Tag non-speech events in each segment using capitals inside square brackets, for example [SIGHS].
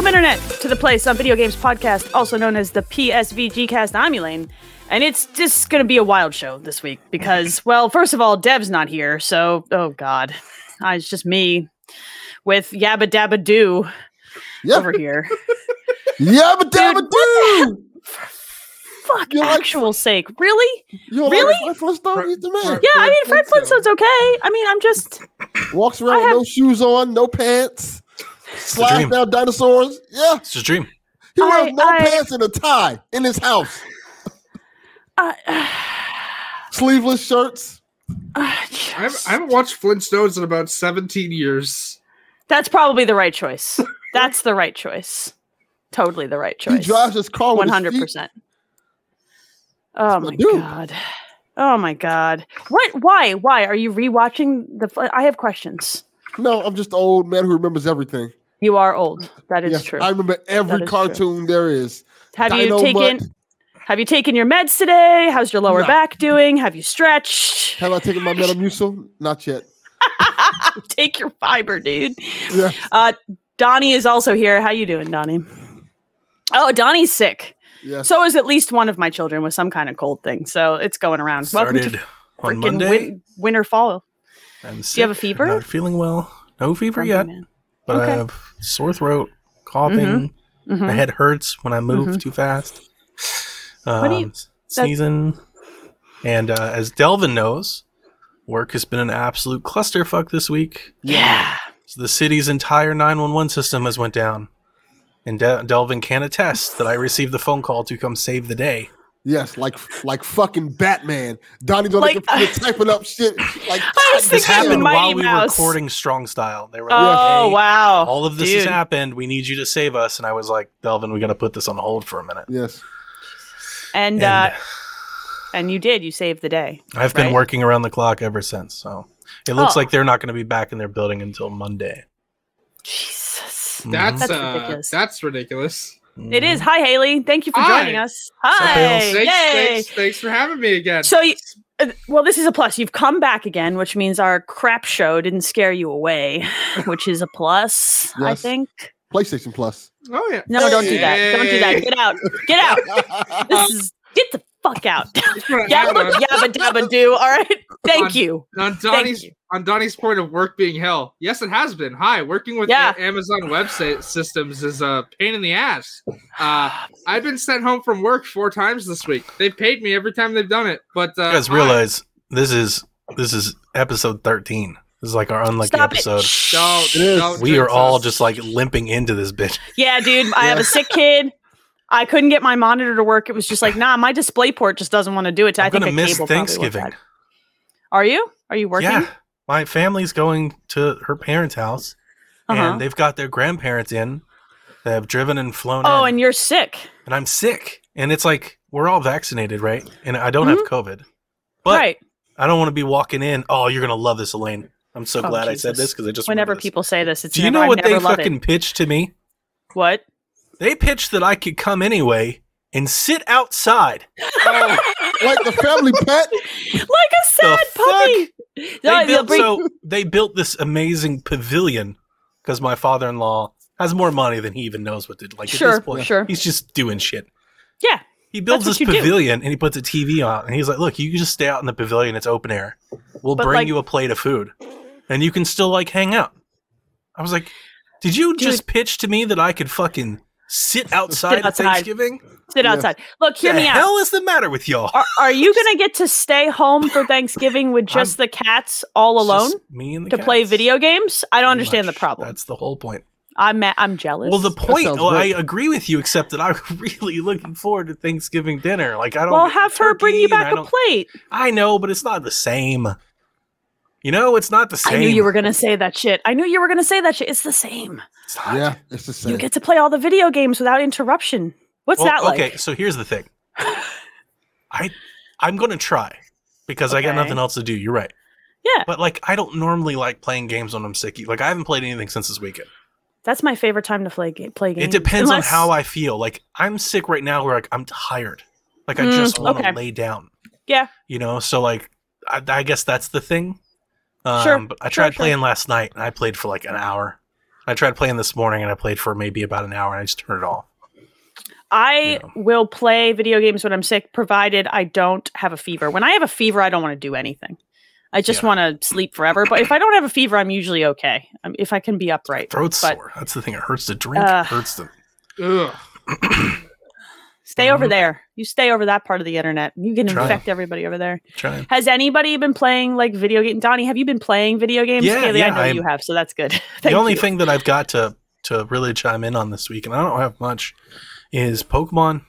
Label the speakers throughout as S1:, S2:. S1: to the Play Some Video Games podcast, also known as the PSVG Cast. I'm Elaine, and it's just going to be a wild show this week because, well, first of all, Deb's not here, so oh god, Ah, it's just me with Yabba Dabba Doo
S2: Yeah.
S1: over here. [LAUGHS]
S2: Yabba dabba doo!
S1: Fuck
S2: You like-
S1: actual sake, really?
S2: You don't
S1: Really?
S2: Like Fred Flintstone?
S3: Fr-
S2: He's the man.
S3: Fr-
S1: Yeah, I
S3: Fred
S1: mean Fred
S3: Flintstone.
S1: Flintstone's okay. I mean, I'm just
S2: Walks
S1: I
S2: around with
S1: have-
S2: no shoes on, no pants, slides
S3: dream.
S2: down dinosaurs. Yeah,
S3: It's a dream.
S2: he wears
S1: I-
S2: no
S1: I-
S2: pants and a tie in his house.
S1: uh, uh,
S2: Sleeveless shirts.
S3: I haven't, I haven't watched Flintstones in about 17 years.
S1: that's probably the right choice. That's the right choice. Totally the right choice.
S2: He drives his car with
S1: One
S2: his
S1: hundred
S2: feet.
S1: percent. Oh
S2: my
S1: my
S2: dude.
S1: god. Oh my god. What? Why? Why are you rewatching the? Fl- I have questions.
S2: No, I'm just an old man who remembers everything.
S1: You are old. That is
S2: Yes,
S1: true.
S2: I remember
S1: That
S2: every
S1: is true.
S2: cartoon there is.
S1: have
S2: Dino
S1: you taken?
S2: Mutt.
S1: Have you taken your meds today? How's your lower
S3: No.
S1: back doing? Have you [LAUGHS] stretched?
S2: Have I taken
S1: [LAUGHS]
S2: my Metamucil? Not yet.
S1: Take your fiber, dude.
S2: Yeah.
S1: Uh, Donnie is also here. How you doing, Donnie? Oh, Donnie's sick.
S2: Yeah.
S1: So is at least one of my children with some kind of cold thing. So it's going around. Welcome to
S4: started on
S1: freaking
S4: Monday.
S1: win- winter fall.
S4: I'm sick.
S1: Do you have a fever?
S4: Not feeling well. No fever yet, but
S1: Okay.
S4: I have sore throat, coughing. My
S1: Mhm.
S4: head hurts when I move
S1: Mhm.
S4: too fast.
S1: do you-
S4: Um, sneezing. And uh, as Delvin knows, work has been an absolute clusterfuck this week.
S1: Yeah.
S4: So the city's entire 911 system has went down. And De- Delvin can attest that I received the phone call to come save the day.
S2: Yes, like like fucking Batman. Donnie's on
S1: Like-
S2: the
S1: [LAUGHS]
S2: computer typing up shit. Like
S1: I was
S4: This
S1: Thinking of
S4: happened
S1: Mighty
S4: while we were
S1: Mouse.
S4: recording Strong Style. They were like,
S1: Oh
S4: "Hey,
S1: wow.
S4: all of this
S1: Dude.
S4: has happened. We need you to save us. And I was like, Delvin, we got to put this on hold for a minute.
S2: Yes.
S1: And
S4: And
S1: uh, and you did. You saved the day.
S4: I've
S1: right.
S4: been working around the clock ever since. So it looks
S1: Oh.
S4: like they're not going to be back in their building until Monday.
S1: Jesus.
S4: Mhm.
S3: That's,
S1: That's
S3: uh,
S1: ridiculous.
S3: That's ridiculous.
S4: Mm-hmm.
S1: It is. Hi, Haley. Thank you for
S3: Hi.
S1: joining us.
S4: Hi,
S1: Hi.
S4: Bill.
S3: Thanks,
S1: Yay.
S3: thanks, thanks for having me again.
S1: So, you, uh, well, this is a plus. You've come back again, which means our crap show didn't scare you
S4: [LAUGHS]
S1: away, which is a plus, I
S2: Yes.
S1: think.
S2: PlayStation Plus. [LAUGHS]
S3: oh yeah.
S1: No, don't do that. Don't do that. Get out. Get out. This
S3: Um,
S1: is get the fuck
S3: [LAUGHS]
S1: out.
S3: Just wanna
S1: Yeah,
S3: add
S1: look,
S3: on,
S1: yabba dabba do. All right. Thank you.
S3: on Donnie's
S1: you.
S3: on Donnie's point of work being hell. Yes, it has been. Hi, working with
S1: Yeah.
S3: the Amazon website systems is a pain in the ass. Uh, I've been sent home from work four times this week. They paid me every time they've done it, but uh,
S4: You guys realize this is this is episode 13. This is like our unlucky
S1: Stop
S4: episode.
S1: it.
S3: I- don't,
S2: It is.
S3: don't
S4: We
S3: jinx
S4: are all
S3: us.
S4: just like limping into this bitch.
S1: Yeah, dude, I have
S2: Yeah.
S1: a sick kid. I couldn't get my monitor to work. It was just like, nah, my display port just doesn't want to do it. I
S4: I'm
S1: think
S4: going
S1: a
S4: to miss
S1: cable probably will
S4: Thanksgiving.
S1: work. Are you? Are you working?
S4: Yeah. My family's going to her parents' house
S1: Uh-huh.
S4: and they've got their grandparents in that have driven and flown
S1: Oh,
S4: in.
S1: and you're sick.
S4: and I'm sick. And it's like we're all vaccinated, right? And I don't have COVID. But
S1: Mm-hmm. right.
S4: I don't want to be walking in. Oh, you're gonna love this, Elaine. I'm so
S1: Oh,
S4: glad I said
S1: Jesus.
S4: this because I just remembered
S1: Whenever
S4: this.
S1: people say this, it's
S4: Do you
S1: never,
S4: know
S1: I
S4: what they
S1: never love it.
S4: fucking pitched to me?
S1: What? [LAUGHS]
S4: They pitched that I could come anyway and sit outside.
S3: Oh,
S2: like the family pet.
S1: Like a sad puppy.
S4: They
S1: No, they'll [LAUGHS]
S4: built,
S1: bring-
S4: so they built this amazing pavilion because my father-in-law has more money than he even knows what to like. At
S1: sure,
S4: this point,
S1: sure.
S4: he's just doing shit.
S1: Yeah.
S4: He builds
S1: That's
S4: this
S1: what you do.
S4: pavilion and he puts a TV on and he's like, "Look, you can just stay out in the pavilion. It's open air. We'll
S1: But,
S4: bring
S1: like-
S4: you a plate of food, and you can still like hang out." I was like, "Did you just pitch to me that I could fucking sit outside, at
S1: outside.
S4: Thanksgiving?
S1: Sit
S2: Yeah.
S1: outside. Look, hear
S4: the
S1: me out.
S4: hell is the matter with y'all?
S1: Are, are you going to get to stay home for Thanksgiving with just the cats all
S4: It's
S1: alone
S4: just me and the
S1: to play
S4: cats.
S1: video games? I don't
S4: Pretty
S1: understand
S4: much.
S1: the problem.
S4: That's the whole point.
S1: I'm ma- I'm jealous.
S4: Well, the point.
S2: sounds
S4: Well, I
S2: great.
S4: agree with you, except that I'm [LAUGHS] really looking forward to Thanksgiving dinner. Like I don't.
S1: well,
S4: get the
S1: have her bring you
S4: turkey and
S1: back
S4: I
S1: a
S4: don't-
S1: plate.
S4: I know, but it's not the same. You know, it's not the same.
S1: I knew you were gonna say that shit. I knew you were gonna say that shit. It's the same.
S4: It's not.
S2: Yeah, it's the
S1: You
S2: same.
S1: get to play all the video games without interruption. What's
S4: Well,
S1: that like?
S4: Okay, so here's the thing. I I'm gonna try because I got
S1: Okay.
S4: nothing else to do. You're right.
S1: Yeah.
S4: But like, I don't normally like playing games when I'm sick. Like, I haven't played anything since this weekend.
S1: That's my favorite time to play ga- play games.
S4: It depends
S1: Mm, Unless-
S4: on how I feel. Like, I'm sick right now. Where like I'm tired. Like I
S1: Mm,
S4: just want to
S1: okay.
S4: lay down.
S1: Yeah.
S4: You know. So like, I, I guess that's the thing. Um,
S1: Sure,
S4: But I
S1: sure,
S4: tried
S1: sure.
S4: playing last night, and I played for like an hour. I tried playing this morning and I played for maybe about an hour and I just turned it off.
S1: I
S4: Yeah.
S1: will play video games when I'm sick, provided I don't have a fever. When I have a fever, I don't want to do anything. I just
S4: Yeah.
S1: want to sleep forever. But if I don't have a fever, I'm usually okay. Um, if I can be upright.
S4: Throat's
S1: But-
S4: sore. That's the thing. It hurts to drink.
S1: Uh,
S4: it hurts to.
S3: Ugh.
S1: Stay over there. You stay over that part of the internet. You can
S4: mm-hmm. Try.
S1: infect everybody over there.
S4: Try and-
S1: Has anybody been playing like video game? Donnie, have you been playing video games?
S4: Yeah,
S1: Kaylee,
S4: yeah,
S1: I know
S4: I-
S1: you have, so that's good. [LAUGHS]
S4: The
S1: Thank
S4: only
S1: you.
S4: thing that I've got to to really chime in on this week, and I don't have much, is Pokemon.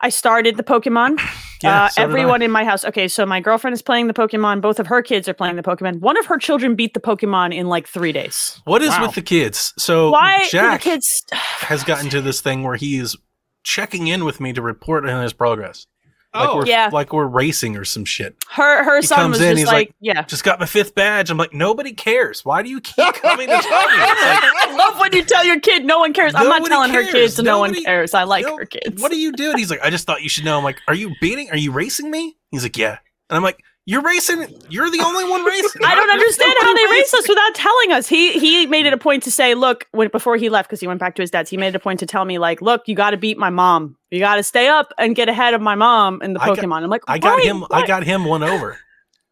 S1: I started the
S4: [LAUGHS]
S1: Pokemon. uh,
S4: so did I.
S1: everyone in my house. Okay, so my girlfriend is playing the Pokemon. Both of her kids are playing the Pokemon. One of her children beat the Pokemon in like three days.
S4: What is
S1: Wow.
S4: with the kids? So
S1: Why do the
S4: Oh, Jack
S1: kids?
S4: has gotten to this thing where he is checking in with me to report on his progress. Like
S3: Oh,
S4: we're
S1: Yeah.
S4: like we're racing or some shit.
S1: Her her
S4: He
S1: son
S4: comes
S1: was
S4: in,
S1: just
S4: he's
S1: like,
S4: like-
S1: yeah.
S4: Just got my fifth badge. I'm like, nobody cares. Why do you keep coming to tell me? It's
S1: [LAUGHS]
S4: like,
S1: I love when you tell your kid no one cares. I'm not
S4: Nobody
S1: telling her
S4: cares.
S1: kids no one
S4: Nobody-
S1: cares. I like
S4: "Yo,
S1: her kids.
S4: What are you doing? He's like, I just thought you should know. I'm like, are you beating? Are you racing me? He's like, yeah. And I'm like, you're racing. You're the only one racing.
S1: I don't
S4: [LAUGHS] There's
S1: understand how
S4: nobody
S1: they race us without telling us. He he made it a point to say, look, when before he left because he went back to his dad's, he made it a point to tell me like, look, you got to beat my mom. You got to stay up and get ahead of my mom in the
S4: I got-
S1: Pokemon. I'm like,
S4: I got
S1: "Wait,
S4: him. I
S1: what?"
S4: got him one over.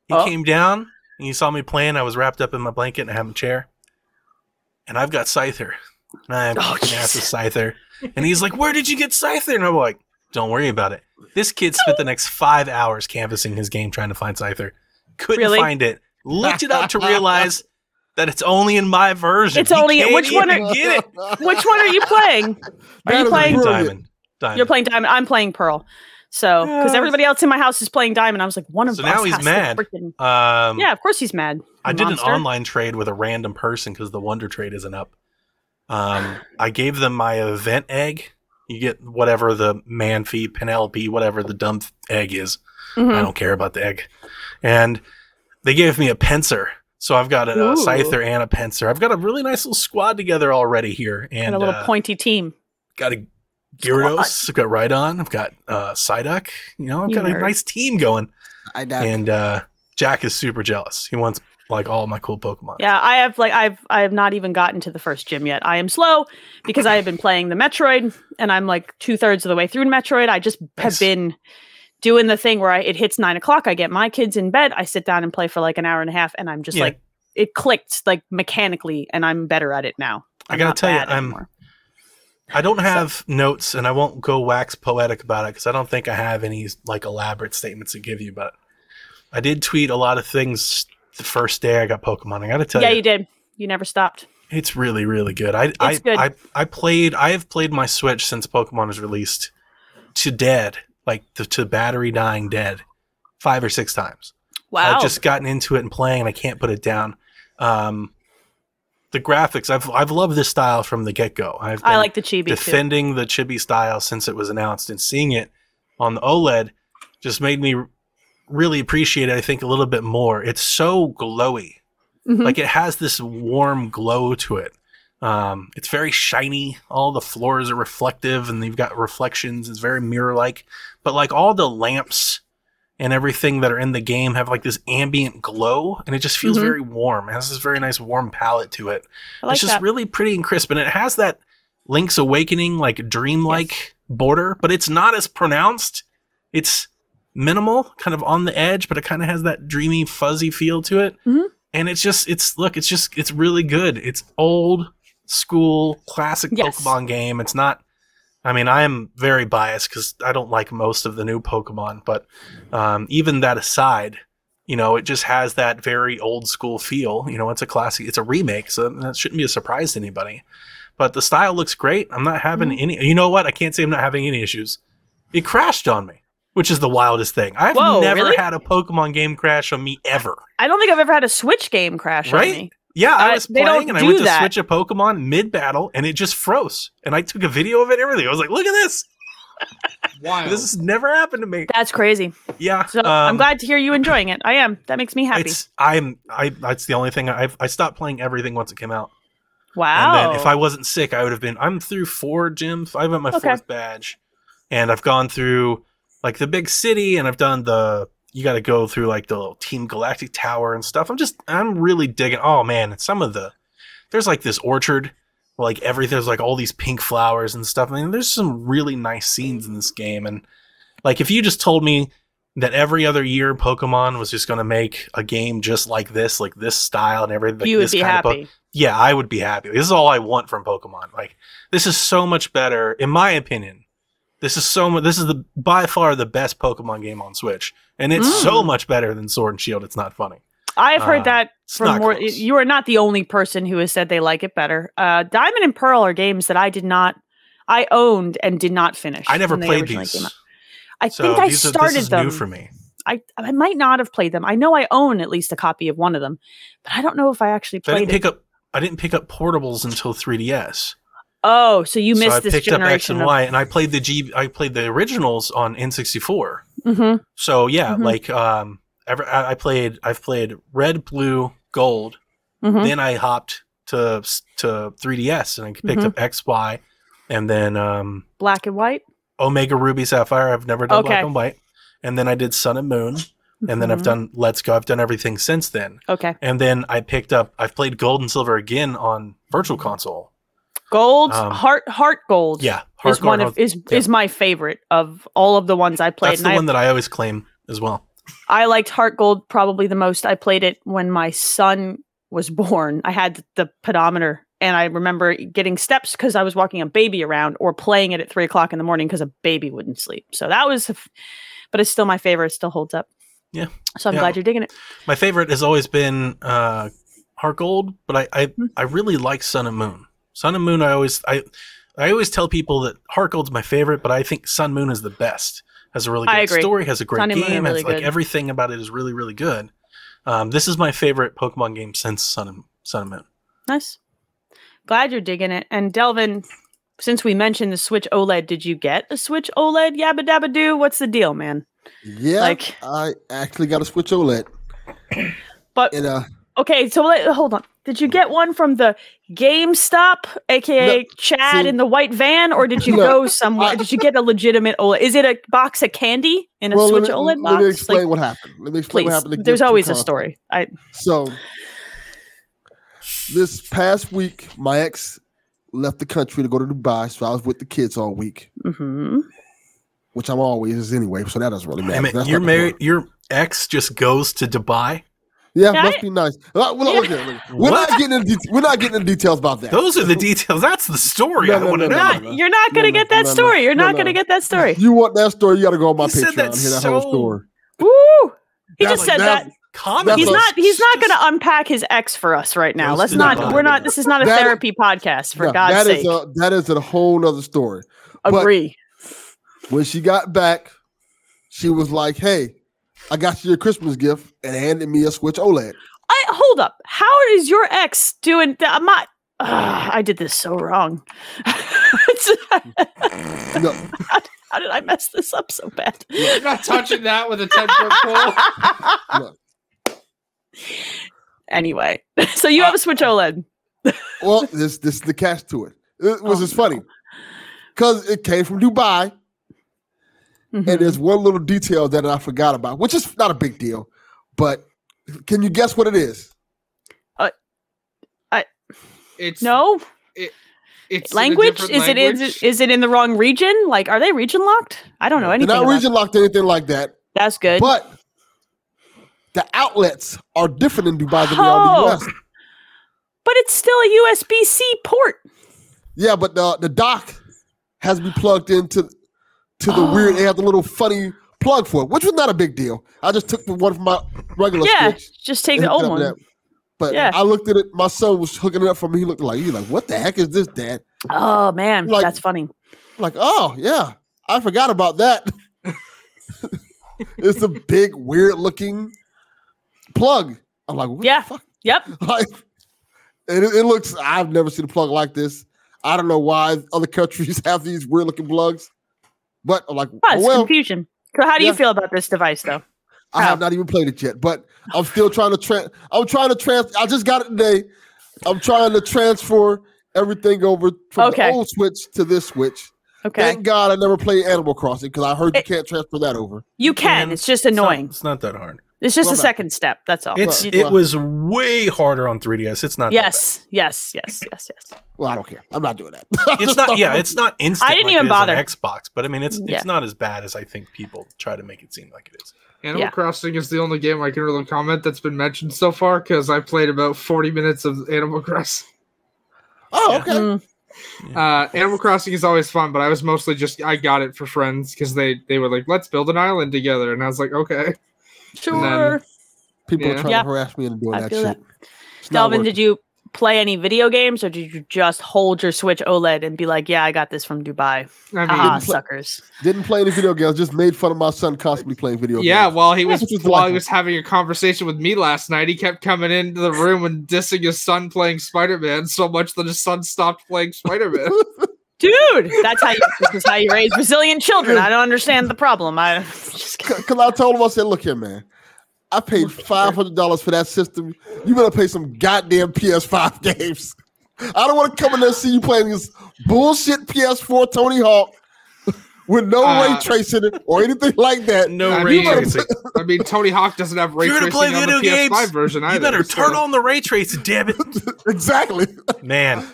S4: He
S1: Oh.
S4: came down and he saw me playing. I was wrapped up in my blanket and I have a chair, and I've got Scyther, and I have
S1: Oh,
S4: kicking ass with
S1: Jesus.
S4: Scyther, and he's like, "Where did you get Scyther?" And I'm like, "Don't worry about it." This kid spent the next five hours canvassing his game trying to find Scyther. Couldn't
S1: Really?
S4: find it. Looked it up to
S1: [LAUGHS]
S4: realize that it's only in my version.
S1: It's
S4: He
S1: only-
S4: can't
S1: which one
S4: even
S1: are-
S4: get
S1: [LAUGHS]
S4: it? [LAUGHS]
S1: Which one are you playing? Are you playing?
S2: Brilliant.
S4: Diamond. Diamond.
S1: You're playing Diamond. I'm playing Pearl. So because
S4: Yes.
S1: everybody else in my house is playing Diamond, I was like, one of
S4: So
S1: us
S4: now he's
S1: has to
S4: mad.
S1: freaking-
S4: Um,
S1: yeah, of course he's mad.
S4: I did
S1: Monster.
S4: an online trade with a random person because the Wonder Trade isn't up. Um, I gave them my event egg. You get whatever the Manfi, Penelope, whatever the dumb th- egg is. I
S1: Mhm.
S4: don't care about the egg. And they gave me a pincer. So I've got a, a
S1: Ooh.
S4: scyther and a pincer. I've got a really nice little squad together already here. And,
S1: And a little
S4: uh,
S1: pointy team.
S4: got a Gyarados. I've got Rhydon. I've got uh, Psyduck. You know, I've
S1: You
S4: got a
S1: nerd.
S4: nice team going.
S2: I doubt.
S4: And uh, Jack is super jealous. He wants like all my cool Pokemon.
S1: Yeah, I have like I've I have not even gotten to the first gym yet. I am slow because I have been playing the Metroid and I'm like two thirds of the way through Metroid. I just
S4: Nice.
S1: have been doing the thing where I, it hits nine o'clock. I get my kids in bed. I sit down and play for like an hour and a half, and I'm just
S4: Yeah.
S1: like it clicked like mechanically, and I'm better at it now.
S4: I
S1: I'm
S4: gotta
S1: not
S4: tell you,
S1: bad
S4: I'm-
S1: anymore.
S4: I don't have notes, and I won't go wax poetic about it because I don't think I have any like elaborate statements to give you. But I did tweet a lot of things the first day I got Pokemon. I got to tell
S1: yeah,
S4: you,
S1: you did. You never stopped.
S4: it's really, really good. I, I,
S1: It's good.
S4: I, I played. I have played my Switch since Pokemon was released to dead, like to, to battery dying dead, five or six times.
S1: Wow.
S4: I've just gotten into it and playing, and I can't put it down. Um, the graphics, I've I've loved this style from the get go. I've
S1: I
S4: been-
S1: like the chibi too.
S4: defending the chibi style since it was announced and seeing it on the OLED just made me r- really appreciate it, I think, a little bit more. It's so glowy.
S1: Mhm.
S4: Like it has this warm glow to it. Um, it's very shiny. All the floors are reflective and they've got reflections. It's very mirror like. But like all the lamps and everything that are in the game have like this ambient glow and it just feels
S1: Mhm.
S4: very warm. It has this very nice warm palette to it
S1: I like
S4: it's just
S1: that.
S4: really pretty and crisp, and it has that Link's Awakening like dreamlike border, but it's not as pronounced. It's minimal, kind of on the edge, but it kind of has that dreamy, fuzzy feel to it.
S1: Mhm.
S4: And it's just, it's look, it's just, it's really good. It's old school classic
S1: Yes.
S4: Pokemon game. It's not. I mean, I am very biased because I don't like most of the new Pokemon, but um, even that aside, you know, it just has that very old school feel. You know, it's a classic, it's a remake, so that shouldn't be a surprise to anybody. But the style looks great. I'm not having
S1: Mm.
S4: any, you know what? I can't say I'm not having any issues. It crashed on me, which is the wildest thing. I've
S1: Whoa,
S4: never
S1: really?
S4: had a Pokemon game crash on me ever.
S1: I don't think I've ever had a Switch game crash on
S4: Right?
S1: me.
S4: Yeah, I
S1: Uh,
S4: was
S1: they
S4: playing
S1: don't
S4: and I
S1: do
S4: went to
S1: that.
S4: switch a Pokemon mid battle and it just froze. And I took a video of it and everything. I was like, look at this.
S3: wild.
S4: This has never happened to me.
S1: That's crazy.
S4: Yeah.
S1: So I'm
S4: um,
S1: glad to hear you enjoying it. I am. That makes me happy.
S4: It's I'm I that's the only thing I've I stopped playing everything once it came out.
S1: Wow.
S4: And then if I wasn't sick, I would have been I'm through four gyms. I'm at my
S1: Okay.
S4: fourth badge. And I've gone through like the big city and I've done the you gotta go through like the little Team Galactic Tower and stuff. I'm just I'm really digging oh man, and some of the there's like this orchard, where, like everything. There's like all these pink flowers and stuff. I mean, there's some really nice scenes in this game, and like if you just told me that every other year Pokemon was just going to make a game just like this, like this style and everything, like
S1: you would
S4: this
S1: be
S4: kind of po-
S1: happy.
S4: yeah, I would be happy. This is all I want from Pokemon. Like this is so much better, in my opinion. This is so much. This is the by far the best Pokemon game on Switch, and it's
S1: Mm.
S4: so much better than Sword and Shield. It's not funny.
S1: I've heard
S4: Uh,
S1: that
S4: It's
S1: from
S4: not
S1: more.
S4: close.
S1: You are not the only person who has said they like it better. Uh, Diamond and Pearl are games that I did not, I owned and did not finish.
S4: I never
S1: when they
S4: played
S1: originally came
S4: these.
S1: out. I
S4: so
S1: think I
S4: these are-
S1: started
S4: this is
S1: them.
S4: new for me.
S1: I I might not have played them. I know I own at least a copy of one of them, but I don't know if I actually
S4: So I
S1: played
S4: didn't
S1: it.
S4: pick up. I didn't pick up portables until 3DS.
S1: Oh, so you
S4: so
S1: missed
S4: I
S1: this
S4: picked up X
S1: generation
S4: and
S1: of-
S4: Y, and I played the G. I played the originals on N64.
S1: Mhm.
S4: So yeah,
S1: Mhm.
S4: like um, ever, I, I played. I've played Red, Blue, Gold.
S1: Mhm.
S4: Then I hopped to to 3DS and I picked
S1: Mhm.
S4: up X, Y, and then um,
S1: Black and white.
S4: Omega Ruby Sapphire. I've never done
S1: Okay.
S4: Black and White. And then I did Sun and Moon, and then I've
S1: Mhm.
S4: done Let's Go. I've done everything since then.
S1: okay.
S4: And then I picked up. I've played Gold and Silver again on Virtual Console.
S1: Gold,
S4: Um,
S1: heart, heart gold.
S4: Yeah,
S1: is one
S4: Hardcore
S1: of is
S4: yeah.
S1: is my favorite of all of the ones I played.
S4: That's
S1: and
S4: the
S1: I
S4: one that I always claim as well.
S1: I liked Heart Gold probably the most. I played it when my son was born. I had the pedometer and I remember getting steps because I was walking a baby around or playing it at three o'clock in the morning because a baby wouldn't sleep. So that was, a f- but it's still my favorite. It still holds up.
S4: Yeah.
S1: So I'm
S4: Yeah.
S1: glad you're digging it.
S4: My favorite has always been uh, Heart Gold, but I, I
S1: Hmm.
S4: I really like Sun and Moon. Sun and Moon, I always I I always tell people that Heart Gold's my favorite, but I think Sun Moon is the best. Has a really
S1: I
S4: good
S1: agree.
S4: story. Has a great
S1: Sun and Moon are
S4: game.
S1: really
S4: has, like
S1: good.
S4: everything about it is really really good. Um, this is my favorite Pokemon game since Sun and Sun and Moon.
S1: Nice. Glad you're digging it. And Delvin, since we mentioned the Switch OLED, did you get a Switch OLED? Yabba dabba do. What's the deal, man?
S2: Yeah,
S1: Like-
S2: I actually got to switch OLED.
S1: But
S2: And uh,
S1: Okay, so let, hold on. Did you get one from the GameStop, aka Chad
S2: see-
S1: in the white van, or did you
S2: No,
S1: go somewhere? did you get a legitimate OLED? Is it a box of candy in a
S2: well, let
S1: Switch
S2: me,
S1: OLED
S2: let
S1: box?
S2: me
S1: Like,
S2: explain what happened. Let me explain
S1: please,
S2: what happened. to give
S1: there's
S2: some
S1: always a
S2: context.
S1: story. I
S2: So this past week, my ex left the country to go to Dubai, so I was with the kids all week,
S1: hmm
S2: which I'm always is anyway. So that doesn't really matter.
S4: I mean,
S2: That's
S4: your
S2: not the point.
S4: married, your ex just goes to Dubai.
S2: Yeah,
S1: Yeah,
S2: must
S1: I-
S2: be nice. Uh, well,
S1: Yeah.
S2: okay, look, we're
S4: What?
S2: not getting into det- we're not getting into details about that.
S4: Those are the details. That's the story
S2: No,
S4: I
S2: no,
S4: want to
S2: no, no,
S4: know.
S2: no, no.
S1: You're not gonna
S2: no,
S1: get that
S2: no, no,
S1: story. You're
S2: no,
S1: not
S2: no.
S1: gonna get that
S2: [LAUGHS]
S1: story.
S2: You want that story? You got to go on my
S4: You said
S2: Patreon
S4: that
S2: and hear that
S4: so
S2: whole story.
S1: Woo! He
S4: That's
S1: just said
S2: that-
S1: that.
S4: Comment.
S1: He's
S2: that's
S1: not. He's not going to unpack his ex for us right now.
S4: Goes
S1: Let's
S4: to
S1: not.
S4: Dubai.
S1: We're not. This is not a
S2: That-
S1: therapy podcast. For
S2: No,
S1: God's
S2: that is
S1: sake,
S2: a that is a whole other story. but-
S1: agree.
S2: When she got back, she was like, "Hey, I got you your Christmas gift," and handed me a Switch E OLED.
S1: I hold up. How is your ex doing? That? I'm not. Ugh, I did this so wrong. [LAUGHS] How
S2: No,
S1: did I mess this up so bad?
S3: I'm not touching that with a 10 foot pole.
S1: [LAUGHS] Anyway, [LAUGHS] so you have a
S2: Uh,
S1: Switch E OLED.
S2: well, this this is the catch to it. It was
S1: Oh,
S2: just funny because it came from Dubai, and
S1: Mhm.
S2: there's one little detail that I forgot about, which is not a big deal, but can you guess what it is?
S3: It's
S1: No
S3: it's in a
S1: language.
S3: different
S1: Is it, is
S3: language.
S1: it is it in the wrong region? Like, are they region locked? I don't know
S2: They're
S1: anything.
S2: not
S1: about-
S2: region locked or anything like that.
S1: That's good.
S2: But the outlets are different in Dubai than they are in
S1: Oh.
S2: the US.
S1: But it's still a USB C port.
S2: Yeah, but the the dock has to be plugged into to the weird. They have the little funny plug for it, which was not a big deal. I just took the one from my regular
S1: yeah,
S2: switch.
S1: just take
S2: and
S1: the E old
S2: hooked it up
S1: one.
S2: that. But
S1: Yeah.
S2: I looked at it. My son was hooking it up for me. He looked like he like, what the heck is this, Dad?
S1: Oh man,
S2: Like-
S1: that's funny.
S2: I'm like, oh yeah, I forgot about that. it's a big, weird looking plug. I'm like, what the
S1: Yeah.
S2: fuck?
S1: Yep.
S2: [LAUGHS] like it, it looks i've never seen a plug like this i don't know why other countries [LAUGHS] have these weird looking plugs but i'm like oh,
S1: Plus
S2: well
S1: confusion. So how do you
S2: Yeah.
S1: feel about this device though?
S2: i have
S1: how?
S2: not even played it yet but i'm still trying to trans i'm trying to trans i just got it today i'm trying to transfer everything over from
S1: Okay.
S2: the old switch to this switch
S1: Okay.
S2: thank god i never played animal crossing because i heard you
S1: It-
S2: can't transfer that over
S1: You can.
S4: And
S1: It's just
S4: It's not-
S1: annoying.
S4: It's not that hard.
S1: It's just
S2: Well
S1: a
S2: done.
S1: second step. That's all.
S4: It's
S1: You-
S2: Well-
S4: it was way harder on 3DS. It's not. that
S1: yes, yes, yes, yes, yes.
S2: Well, I don't care. I'm not doing that. [LAUGHS]
S4: bad. It's not. Yeah, it's not
S1: [LAUGHS]
S4: instant.
S1: I didn't
S4: like
S1: even
S4: it is on
S1: bother.
S4: Xbox, but I mean, it's
S1: Yeah.
S4: it's not as bad as I think people try to make it seem like it is.
S3: Animal
S1: Yeah.
S3: Crossing is the only game I can really comment that's been mentioned so far because I played about 40 minutes of Animal Crossing.
S2: Oh,
S4: Yeah.
S2: okay.
S1: Mm.
S3: Uh, Animal Crossing is always fun, but I was mostly just I got it for friends because they they were like, "Let's build an island together," and I was like, "Okay."
S1: Sure.
S2: People are
S3: Yeah.
S2: trying
S1: Yeah.
S2: to harass me into doing
S1: I
S2: that
S1: feel
S2: shit.
S1: that.
S2: It's not
S1: Delvin,
S2: working.
S1: did you play any video games or did you just hold your Switch OLED and be like, yeah, I got this from Dubai?
S3: I mean,
S1: Haha,
S2: didn't play-
S1: suckers.
S2: Didn't play any video games. Just made fun of my son constantly playing video
S3: yeah.
S2: games.
S3: While he was
S2: That's just
S3: while he
S2: delightful.
S3: was having a conversation with me last night, he kept coming into the room and dissing his son playing Spider Man so much that his son stopped playing Spider Man.
S1: Dude, that's how you, this is how you raise Brazilian children. I don't understand the problem. I [LAUGHS] just kidding.
S2: Because I told him, I said, look here, man. I paid five hundred dollars for that system. You better play some goddamn PS5 [LAUGHS] games. I don't want to come in there and see you playing this bullshit PS4 Tony Hawk with no
S3: Uh,
S2: ray tracing it or anything like that.
S4: No
S3: I
S4: ray
S3: mean,
S4: tracing. [LAUGHS]
S3: I mean, Tony Hawk doesn't have ray
S4: You're gonna
S3: tracing
S4: play
S3: on the
S4: video
S3: PS5
S4: games?
S3: version either.
S4: You better
S3: so-
S4: turn on the ray tracing, damn it,
S3: [LAUGHS]
S2: Exactly.
S4: man.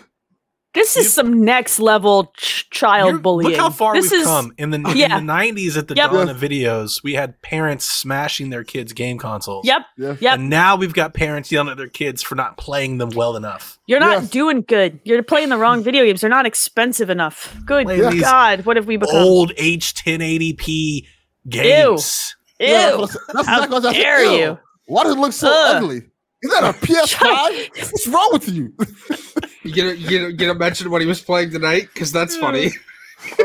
S1: This is
S4: You-
S1: some next level ch-
S4: You're-
S1: child bullying.
S4: Look how far
S1: this
S4: we've
S1: is,
S4: come in the in
S1: Yeah.
S4: the nineties at the
S1: Yep.
S4: dawn of videos. We had parents smashing their kids' game consoles.
S1: Yep.
S2: Yeah.
S1: Yep.
S4: And now we've got parents yelling at their kids for not playing them well enough.
S1: You're not
S2: Yes.
S1: doing good. You're playing the wrong video games. They're not expensive enough. Good
S4: Play these
S1: God, what have we become?
S4: Old H 1080p games.
S1: Ew.
S2: Yeah, that's what I said- that's
S1: How
S2: exactly what I said.
S1: dare
S2: Ew.
S1: you.
S2: Why does it look so
S1: Ugh.
S2: ugly? Is
S1: [LAUGHS]
S2: that a PS5? What's wrong with you? [LAUGHS]
S3: You get a, you get a, get a mention of what he was playing tonight because that's funny.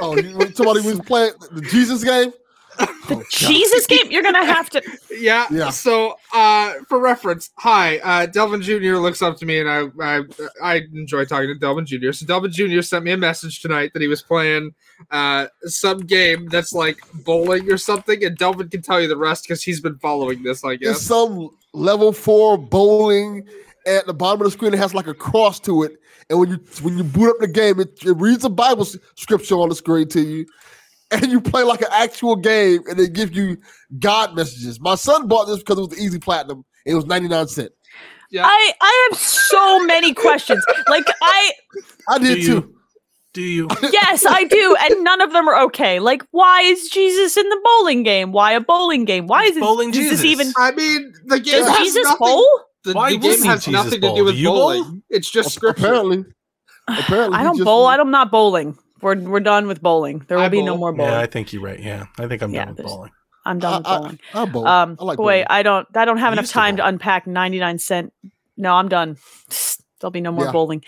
S2: Oh, you, somebody was playing the Jesus game. Oh, God.
S1: Jesus game, you're gonna have to.
S3: Yeah.
S2: Yeah.
S3: So, uh, for reference, hi, uh, Delvin Jr. looks up to me, and I, I, I enjoy talking to Delvin Jr. So Delvin Jr. sent me a message tonight that he was playing uh, some game that's like bowling or something, and Delvin can tell you the rest because he's been following this, I
S2: It's
S3: guess.
S2: some level four bowling at the bottom of the screen. It has like a cross to it, and when you when you boot up the game, it, it reads a Bible s- scripture on the screen to you, and you play like an actual game, and they give you God messages. My son bought this because it was the easy platinum. It was ninety nine cent.
S3: Yeah.
S1: I I have so many questions. Like I
S2: I did
S4: Do you-
S2: too.
S4: Do you?
S1: yes, I do, and none of them are okay. Like why is Jesus in the bowling game? Why a bowling game? Why is it,
S4: Bowling
S1: is
S4: Jesus.
S1: this even?
S3: I mean, the game
S1: Does
S3: has
S1: Jesus
S3: nothing.
S1: bowl?
S3: The,
S4: Why
S3: the
S4: wouldn't
S3: game has
S4: Jesus
S3: nothing
S4: bowl?
S3: to do with
S4: Do you bowl?
S3: bowling. It's just scripture.
S1: [SIGHS]
S2: Apparently, apparently,
S1: I
S2: he
S1: don't
S2: just-
S1: bowl. I don't, I'm not bowling. We're we're done with bowling. There will
S3: I
S1: be no
S3: bowl.
S1: more bowling.
S4: Yeah, I think you're right. Yeah, I think I'm
S1: Yeah,
S4: done with
S1: there's-
S4: bowling.
S1: I'm done with
S2: I-
S1: bowling.
S2: I bowl.
S1: um,
S2: I like
S1: boy,
S2: bowling.
S1: I don't. I don't have enough
S4: used to
S1: time to,
S4: bowl.
S1: unpack 99 cent. No, I'm done. There'll be no more
S2: Yeah.
S1: bowling.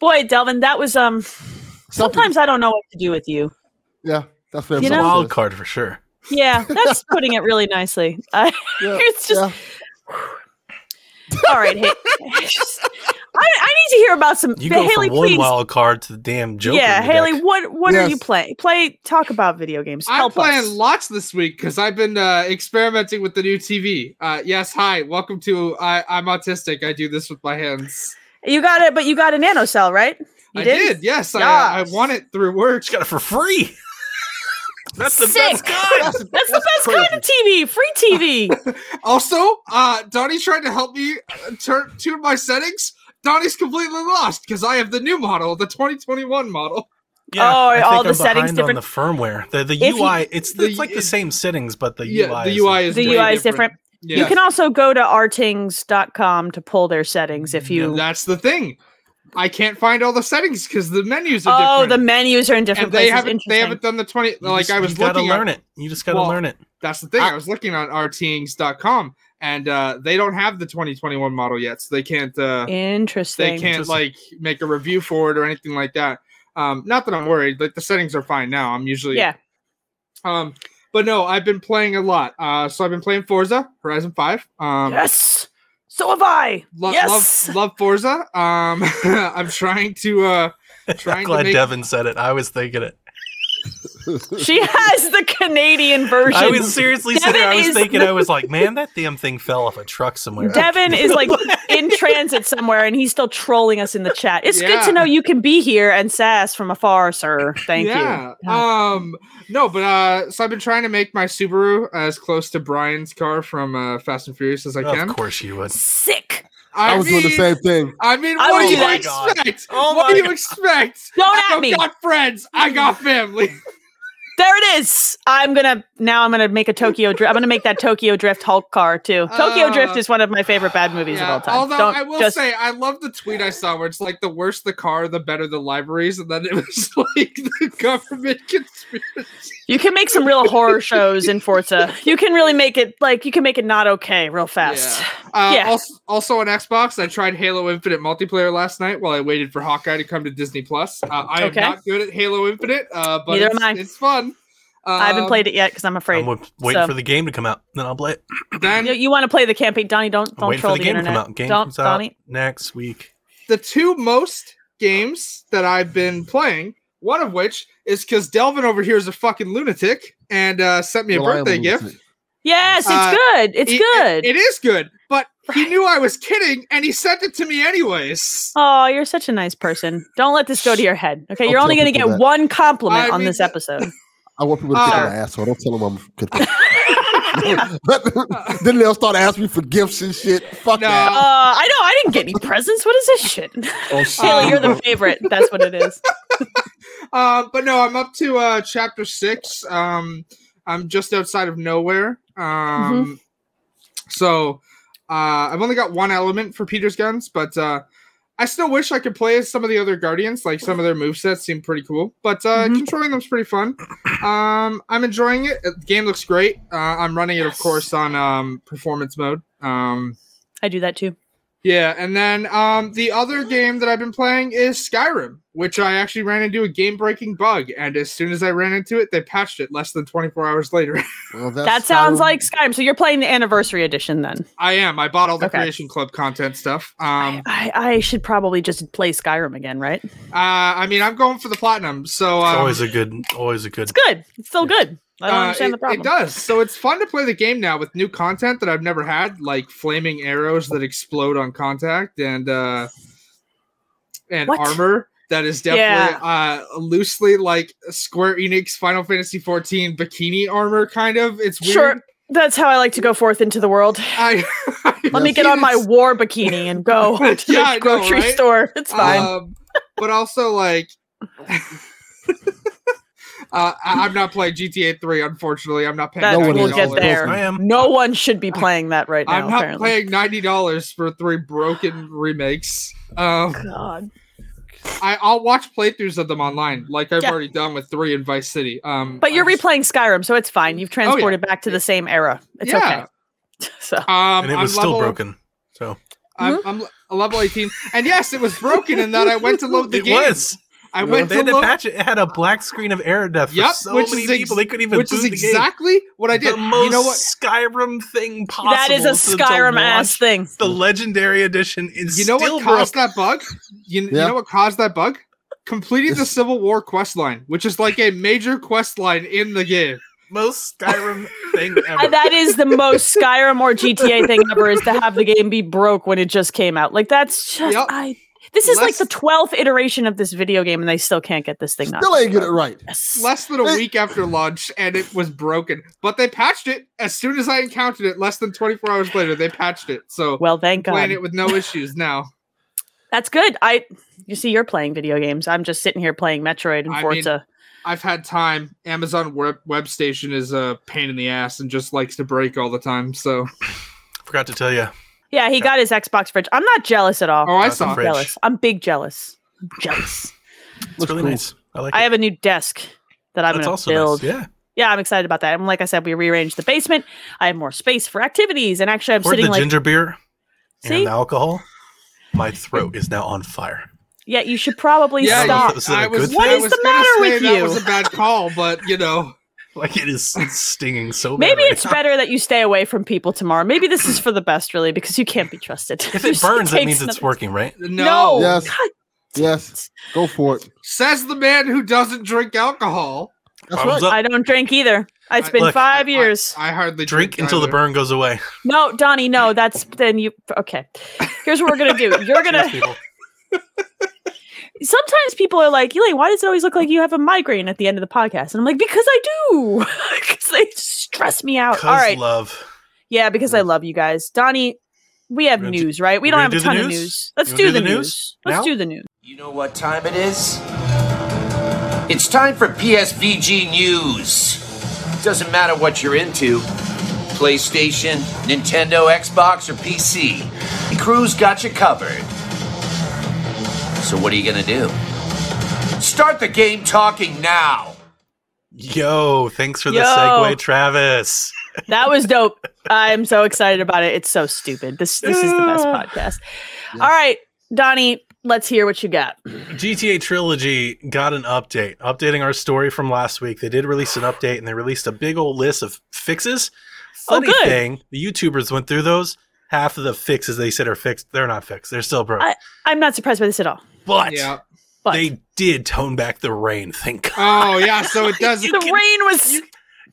S1: Boy, Delvin, that was um.
S2: Something-
S1: Sometimes I don't know what to do with you.
S2: yeah, that's what
S1: You
S2: everybody
S4: It's a
S1: know-
S4: wild
S2: says.
S4: card for sure.
S1: Yeah, that's putting it really nicely. [LAUGHS] I
S2: Yeah,
S1: it's just
S2: yeah.
S1: all right. Hey, [LAUGHS] I, I need to hear about some
S4: You
S1: but
S4: go
S1: Haley,
S4: from one
S1: please.
S4: wild card to the damn Joker.
S1: yeah,
S4: deck.
S1: Haley, what what are you
S2: Yes.
S1: playing? Play talk about video games.
S3: I'm
S1: Help
S3: playing
S1: us.
S3: lots this week because I've been uh, experimenting with the new TV. Uh, yes, hi, welcome to I, I'm autistic. I do this with my hands.
S1: you got it, but you got a nano cell, right? You
S3: I did. Yes, I, I
S1: Yes.
S3: won it through work.
S4: She got it for free. [LAUGHS] That's the best
S1: Sick.
S4: kind.
S2: That's,
S1: [LAUGHS] That's, the best
S2: crazy.
S1: kind of TV, free TV.
S3: Also, uh, Donnie tried to help me uh, turn tune my settings. Donnie's completely lost because I have the new model, the 2021 model.
S4: Yeah,
S1: Oh,
S4: I think
S1: all
S4: I'm
S1: the settings
S4: behind
S1: different.
S4: on the firmware. The the
S1: If you-
S4: UI it's
S3: the-
S4: it's like the
S3: it-
S4: same settings, but the
S3: yeah,
S4: UI
S3: the
S4: is
S3: UI is
S1: the
S3: way
S1: UI is different.
S3: Yeah.
S1: You can also go to rtings.com to pull their settings if you.
S3: That's the thing. I can't find all the settings because the menus are
S1: oh, the
S3: different.
S1: menus are in different
S3: and they
S1: places.
S3: haven't
S1: Interesting.
S3: they haven't done the 20
S4: You
S3: like
S4: just-
S3: I was
S4: you gotta
S3: looking at
S4: learn it. You just gotta
S3: Well,
S4: learn it. [LAUGHS]
S3: That's the thing.
S2: I-
S3: I, was looking on rtings.com and uh, they don't have the 2021 model yet, so they can't uh,
S1: Interesting.
S3: they can't
S4: Just-
S3: like make a review for it or anything like that. Um, not that I'm worried, like the settings are fine now. I'm usually
S1: yeah.
S3: Um, but no, I've been playing a lot. Uh, so I've been playing Forza Horizon Five. Um,
S1: yes. So have I.
S3: lo-
S1: yes.
S3: love love Forza. Um, [LAUGHS] I'm trying to uh,
S4: I'm
S3: trying to
S4: glad
S3: make
S4: Devin said it. I was thinking it.
S1: She has the
S3: [LAUGHS]
S1: Canadian version.
S4: I was seriously
S1: Devin
S4: sitting there. I was
S1: is
S4: thinking,
S1: the-
S4: I
S1: [LAUGHS]
S4: was like, man, that damn thing fell off a truck somewhere.
S1: Devin is
S3: [LAUGHS]
S1: like [LAUGHS] in transit somewhere and he's still trolling us in the chat. It's good
S3: Yeah.
S1: to know you can be here and sass from afar, sir. Thank you. [LAUGHS]
S3: yeah. Um. No, but uh. So I've been trying to make my Subaru as close to Brian's car from uh, Fast and Furious as
S4: [LAUGHS]
S3: I
S4: of
S3: can.
S4: course you would.
S1: Sick.
S2: I was doing the
S3: mean-
S2: same thing.
S3: I mean,
S1: I
S3: what
S1: would
S3: do
S1: do
S3: you
S1: that.
S3: expect?
S4: Oh
S3: what
S4: my
S3: do you
S4: God.
S3: expect?
S1: Don't
S3: I
S1: at me.
S3: got friends.
S1: [LAUGHS]
S3: I got family.
S1: There it is. I'm gonna now. I'm gonna make a Tokyo drift. I'm gonna make that Tokyo Drift Hulk car too. Tokyo
S3: Uh,
S1: Drift is one of my favorite bad movies of
S3: Yeah,
S1: all time.
S3: Although
S1: Don't
S3: I will
S1: just-
S3: say, I love the tweet I saw where it's like the worse the car, the better the libraries, and then it was [LAUGHS] like the government conspiracy.
S1: you can make some real horror shows in
S3: [LAUGHS]
S1: Forza. You can really make it like you can make it not okay real fast. [LAUGHS]
S3: Uh,
S1: Yeah.
S3: Also, also on Xbox, I tried Halo Infinite multiplayer last night while I waited for Hawkeye to come to Disney Plus. Uh, I
S1: Okay.
S3: am not good at Halo Infinite, uh, but
S1: Neither
S3: it's,
S1: am I.
S3: it's fun. Uh,
S1: I
S4: Um,
S1: haven't played it yet because I'm afraid.
S4: I'm wa- waiting
S1: So-
S4: for the game to come out, then I'll play it.
S3: Then
S1: you want to play the campaign, Donnie? Don't
S4: I'm
S1: don't
S4: waiting for
S1: troll
S4: the,
S1: the,
S4: game to
S1: internet.
S4: come out. Game
S1: don't,
S4: comes out
S1: Donnie.
S4: next week.
S3: the two most games that I've been playing, one of which is because Delvin over here is a fucking lunatic and uh, sent me a
S2: Well, I am
S3: birthday gift.
S2: losing it.
S1: Yes, it's
S3: Uh,
S1: good. It's
S3: It-
S1: good.
S3: it- it is good, but he knew I was kidding and he sent it to me anyways.
S1: Oh, you're such a nice person. Don't let this go to your head. Okay,
S2: I'll
S1: you're only
S2: tell
S1: going to
S2: people
S1: get
S2: that.
S1: one compliment
S3: I
S1: on
S3: mean,
S1: this
S3: the- [LAUGHS]
S1: episode.
S2: I want people to think
S3: Uh,
S2: I'm an asshole. Don't tell them I'm
S1: [LAUGHS]
S2: good. [LAUGHS] then they'll start asking me for gifts and shit. Fuck
S3: No.
S1: uh,
S2: that.
S1: I know I didn't get any presents. What is this shit? [LAUGHS]
S2: Oh,
S1: Haley, you're
S3: [LAUGHS]
S1: the
S2: shit.
S1: favorite. That's what it is.
S3: Uh, but no, I'm up to uh, chapter six. Um, I'm just outside of nowhere. Um, So uh, I've only got one element for Peter's guns, but uh, I still wish I could play as some of the other Guardians. Like some of their movesets seem pretty cool, but uh,
S1: Mhm.
S3: controlling them's pretty fun. Um, I'm enjoying it. The game looks great. Uh, I'm running it, of
S1: Yes.
S3: course, on um, performance mode. Um,
S1: I do that too.
S3: yeah, and then um, the other game that I've been playing is Skyrim, which I actually ran into a game breaking bug. And as soon as I ran into it, they patched it less than 24 hours later.
S2: [LAUGHS]
S3: [LAUGHS]
S2: Well, that's
S1: That sounds
S2: Skyrim.
S1: like Skyrim. So you're playing the anniversary edition then.
S3: I am. I bought all the
S1: Okay.
S3: Creation Club content stuff. Um,
S1: I, I should probably just play Skyrim again, right?
S3: uh, I mean, I'm going for the platinum. So
S4: It's
S3: um,
S4: always a good, always a good.
S1: It's good. It's still good. I don't
S3: uh,
S1: understand
S3: it,
S1: the problem.
S3: It does. So it's fun to play the game now with new content that I've never had, like flaming arrows that explode on contact and uh and
S1: What?
S3: armor that is definitely uh loosely like Square Enix Final Fantasy 14 bikini armor kind of. It's weird.
S1: Sure. That's how I like to go forth into the world.
S3: I, [LAUGHS] Um,
S1: Let me get on my war bikini and go to the
S3: Yeah, I know,
S1: grocery
S3: right? [LAUGHS]
S1: store. It's fine.
S3: Um, but also like [LAUGHS] Uh, I, I'm not playing GTA 3, unfortunately. I'm not paying.
S1: That
S2: No one
S1: we'll
S2: is.
S1: get
S3: $90.
S1: there.
S4: I am.
S1: no one should be playing that right now.
S3: I'm not
S1: apparently.
S3: paying ninety dollars for three broken remakes. Um,
S1: God.
S3: I, I'll watch playthroughs of them online, like I've
S1: Yeah.
S3: already done with three and Vice City. Um,
S1: But you're
S3: I'm just-
S1: replaying Skyrim, so it's fine. You've transported back to the same era. It's
S3: Oh, Yeah.
S1: okay. [LAUGHS] So
S3: Um,
S4: and it
S3: I'm
S4: was still
S3: level-
S4: broken. So
S3: I'm,
S1: Mm-hmm.
S3: I'm le- a level 18, and yes, it was broken in that I went to load
S4: [LAUGHS]
S3: the
S4: it
S3: game.
S4: was.
S3: I
S4: You know,
S3: went
S4: they
S3: to
S4: had to
S3: load,
S4: patch it. It had a black screen of error death for
S3: Yep,
S4: so
S3: which
S4: many
S3: is ex-
S4: people. They couldn't even
S3: which
S4: boot
S3: is
S4: the game.
S3: exactly what I did.
S4: The most
S3: you know what?
S4: Skyrim thing possible.
S1: that is a
S4: to- to
S1: Skyrim ass
S4: launch
S1: thing.
S4: The legendary edition is
S3: You know
S4: still
S3: what caused
S4: broken.
S3: that bug? You, you
S2: Yeah.
S3: know what caused that bug? Completing the
S2: It's-
S3: Civil War quest line, which is like a major quest line in the game.
S4: most
S3: [LAUGHS]
S4: Skyrim thing
S1: Uh,
S4: ever.
S1: That is the most [LAUGHS] Skyrim or GTA thing ever is to have the game be broke when it just came out. Like that's just
S3: Yep.
S1: I this is like
S3: Less-
S1: the twelfth iteration of this video game and they still can't get this thing not.
S2: Still ain't get it
S1: [LAUGHS]
S2: right.
S1: Yes.
S3: less than a
S2: Hey.
S3: week after launch and it was broken. But they patched it as soon as I encountered it, less than 24 hours later, they patched it. So
S1: Well, thank
S3: playing
S1: God.
S3: it with no issues now.
S1: That's good. I you see you're playing video games. I'm just sitting here playing Metroid and
S3: I mean,
S1: Forza.
S3: I've had time. Amazon web, web station is a pain in the ass and just likes to break all the time. So
S4: Forgot to tell you.
S1: yeah, he got his Xbox fridge. I'm not jealous at all.
S3: oh I
S4: That's
S3: saw
S4: a
S3: it.
S4: fridge.
S1: jealous. I'm big jealous. I'm
S4: [LAUGHS]
S1: jealous.
S4: It's
S2: Looks
S4: really
S2: cool.
S4: nice. I like
S1: I
S4: it.
S1: have a new desk that I'm
S4: That's
S1: going to
S4: also
S1: build.
S4: nice. Yeah.
S1: yeah. I'm excited about that. And like I said, we rearranged the basement. I have more space for activities. And actually, I'm
S4: Poured
S1: sitting
S4: the
S1: like,
S4: ginger beer
S1: see,
S4: and the alcohol. My throat is now on fire.
S1: yeah, you should probably
S3: Yeah,
S1: stop. [LAUGHS]
S4: you- Is that
S3: I
S4: a
S3: was,
S4: good
S1: What
S3: I
S1: thing? is
S3: was
S1: the
S3: gonna
S1: matter
S3: say
S1: with
S3: that
S1: you?
S3: was a bad call, but you know,
S4: [LAUGHS] Like it is stinging so bad.
S1: Maybe
S4: right
S1: it's
S4: now.
S1: better that you stay away from people tomorrow. Maybe this is for the best, really, because you can't be trusted. [LAUGHS]
S4: If
S1: You
S4: it
S1: should
S4: burns, that
S1: take
S4: means it's
S1: another-
S4: working, right?
S1: No.
S3: no.
S2: Yes. Yes. Go for it.
S3: Says the man who doesn't drink alcohol.
S2: That's right.
S4: Thumbs up.
S1: I don't drink either. It's
S3: I-
S1: been
S4: Look,
S1: five
S3: I-
S1: years.
S3: I, hardly
S4: Drink until the
S3: either.
S4: burn goes away.
S1: no, Donnie, no. That's then you. Okay. Here's what we're gonna do.
S4: [LAUGHS]
S1: You're
S4: Cheers,
S1: gonna.
S4: people.
S1: [LAUGHS] Sometimes people are like, Elaine, why does it always look like you have a migraine at the end of the podcast? And I'm like, because I do. [LAUGHS] Because they stress me out.
S4: 'Cause
S1: All right.
S4: love.
S1: Yeah, because I love you guys. Donnie, we have
S4: Mm. We're gonna do-
S1: news, right? We
S4: we're
S1: don't have
S4: gonna
S1: a
S4: do the
S1: ton of
S4: news?
S1: news. Let's
S4: You
S1: do,
S4: wanna
S1: the news. Let's
S4: now?
S1: do the news.
S5: You know what time it is? It's time for PSVG news. Doesn't matter what you're into PlayStation, Nintendo, Xbox, or PC. The crew's got you covered. So, what are you going to do? Start the game talking now.
S4: Yo, thanks for the
S1: Yo.
S4: segue, Travis.
S1: That was dope. I'm so excited about it. It's so stupid. This this is the best
S4: Yeah.
S1: podcast. All right, Donnie, let's hear what you got.
S4: GTA Trilogy got an update, updating our story from last week. They did release an update and they released a big old list of fixes.
S1: Oh,
S4: Funny
S1: good.
S4: thing, the YouTubers went through those. Half of the fixes they said are fixed, they're not fixed. They're still broke.
S1: I'm not surprised by this at all.
S4: but
S3: Yeah.
S1: But
S4: they did tone back the rain. Thank God.
S3: Oh yeah.
S1: [LAUGHS]
S3: So it
S1: the
S3: doesn't.
S1: rain was